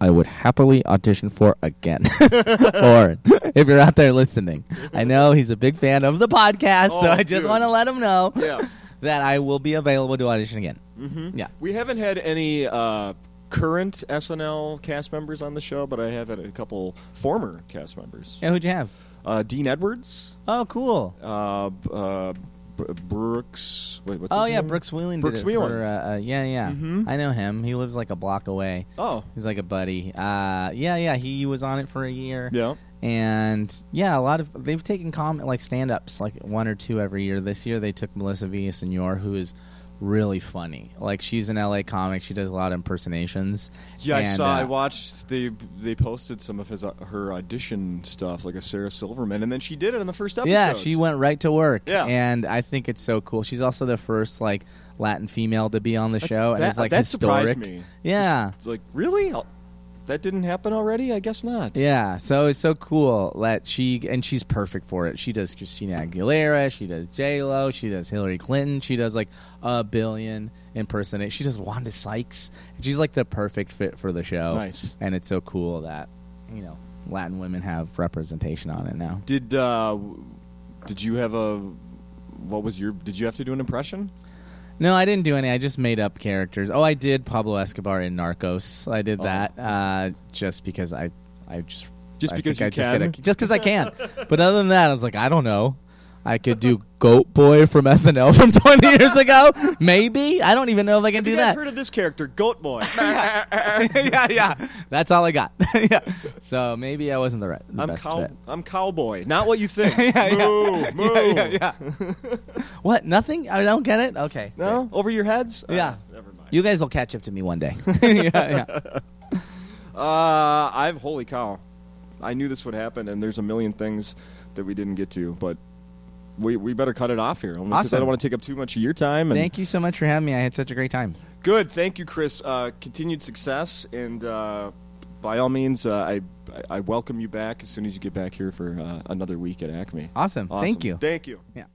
Speaker 2: I would happily audition for again. Lauren, if you're out there listening, I know he's a big fan of the podcast, so
Speaker 1: Oh,
Speaker 2: I just
Speaker 1: dude.
Speaker 2: want to let him know
Speaker 1: Yeah.
Speaker 2: that I will be available to audition again.
Speaker 1: hmm
Speaker 2: Yeah.
Speaker 1: We haven't had any uh, current SNL cast members on the show, but I have had a couple former cast members.
Speaker 2: Yeah, who'd you have?
Speaker 1: Uh, Dean Edwards,
Speaker 2: Oh, cool.
Speaker 1: uh, b- uh, B- Brooks. Wait, what's
Speaker 2: oh
Speaker 1: his
Speaker 2: yeah,
Speaker 1: name?
Speaker 2: Brooks Wheeling.
Speaker 1: Brooks
Speaker 2: did it
Speaker 1: Wheeling.
Speaker 2: For, uh, uh, yeah, yeah.
Speaker 1: Mhm.
Speaker 2: I know him. He lives like a block away.
Speaker 1: Oh,
Speaker 2: He's like a buddy. Uh, yeah, yeah. He was on it for a year.
Speaker 1: yeah.
Speaker 2: and yeah, a lot of they've taken comment like stand ups like one or two every year. This year they took Melissa Villasenor, who is really funny. Like she's an LA comic. She does a lot of impersonations.
Speaker 1: Yeah, I
Speaker 2: And,
Speaker 1: saw.
Speaker 2: uh,
Speaker 1: I watched. They they posted some of his uh, her audition stuff, like a Sarah Silverman, and then she did it in the first episode.
Speaker 2: Yeah, she went right to work.
Speaker 1: Yeah.
Speaker 2: and I think it's so cool. She's also the first like Latin female to be on the
Speaker 1: That's-
Speaker 2: show, and
Speaker 1: that-
Speaker 2: it's like
Speaker 1: that
Speaker 2: historic.
Speaker 1: surprised me.
Speaker 2: Yeah.
Speaker 1: Just like really, Oh, that didn't happen already. I guess not.
Speaker 2: Yeah, so it's so cool that she and she's perfect for it. She does Christina Aguilera, she does J Lo, she does Hillary Clinton, she does like a billion impersonate. She does Wanda Sykes. She's like the perfect fit for the show.
Speaker 1: Nice.
Speaker 2: and it's so cool that you know Latin women have representation on it now.
Speaker 1: Did uh, w- did you have a what was your did you have to do an impression?
Speaker 2: No, I didn't do any. I just made up characters. Oh, I did Pablo Escobar in Narcos. I did
Speaker 1: Oh.
Speaker 2: that uh, just because I, I just
Speaker 1: Just
Speaker 2: I
Speaker 1: because
Speaker 2: think
Speaker 1: you
Speaker 2: I
Speaker 1: can?
Speaker 2: just, get a- just because I can. but other than that, I was like, I don't know. I could do Goat Boy from SNL from 20 years ago. Maybe I don't even know if I can do
Speaker 1: you
Speaker 2: that.
Speaker 1: guys heard of this character, Goat Boy?
Speaker 2: yeah, yeah. That's all I got. yeah. So maybe I wasn't the, right, the
Speaker 1: I'm
Speaker 2: best
Speaker 1: cow-
Speaker 2: fit.
Speaker 1: I'm cowboy. Not what you think.
Speaker 2: Yeah, yeah.
Speaker 1: moo,
Speaker 2: Yeah,
Speaker 1: moo.
Speaker 2: yeah, yeah. What? Nothing? I don't get it. Okay.
Speaker 1: No, over your heads. Uh,
Speaker 2: Yeah.
Speaker 1: never mind.
Speaker 2: You guys will catch up to me one day. yeah, yeah.
Speaker 1: Uh, I've holy cow. I knew this would happen, and there's a million things that we didn't get to, but we we better cut it off here. Only 'cause I
Speaker 2: Awesome.
Speaker 1: don't want to take up too much of your time. And
Speaker 2: Thank you so much for having me. I had such a great time.
Speaker 1: Good. Thank you, Chris. Uh, continued success, and uh, by all means, uh, I I welcome you back as soon as you get back here for uh, another week at Acme.
Speaker 2: Awesome. Thank
Speaker 1: Awesome.
Speaker 2: you.
Speaker 1: Thank you.
Speaker 2: Yeah.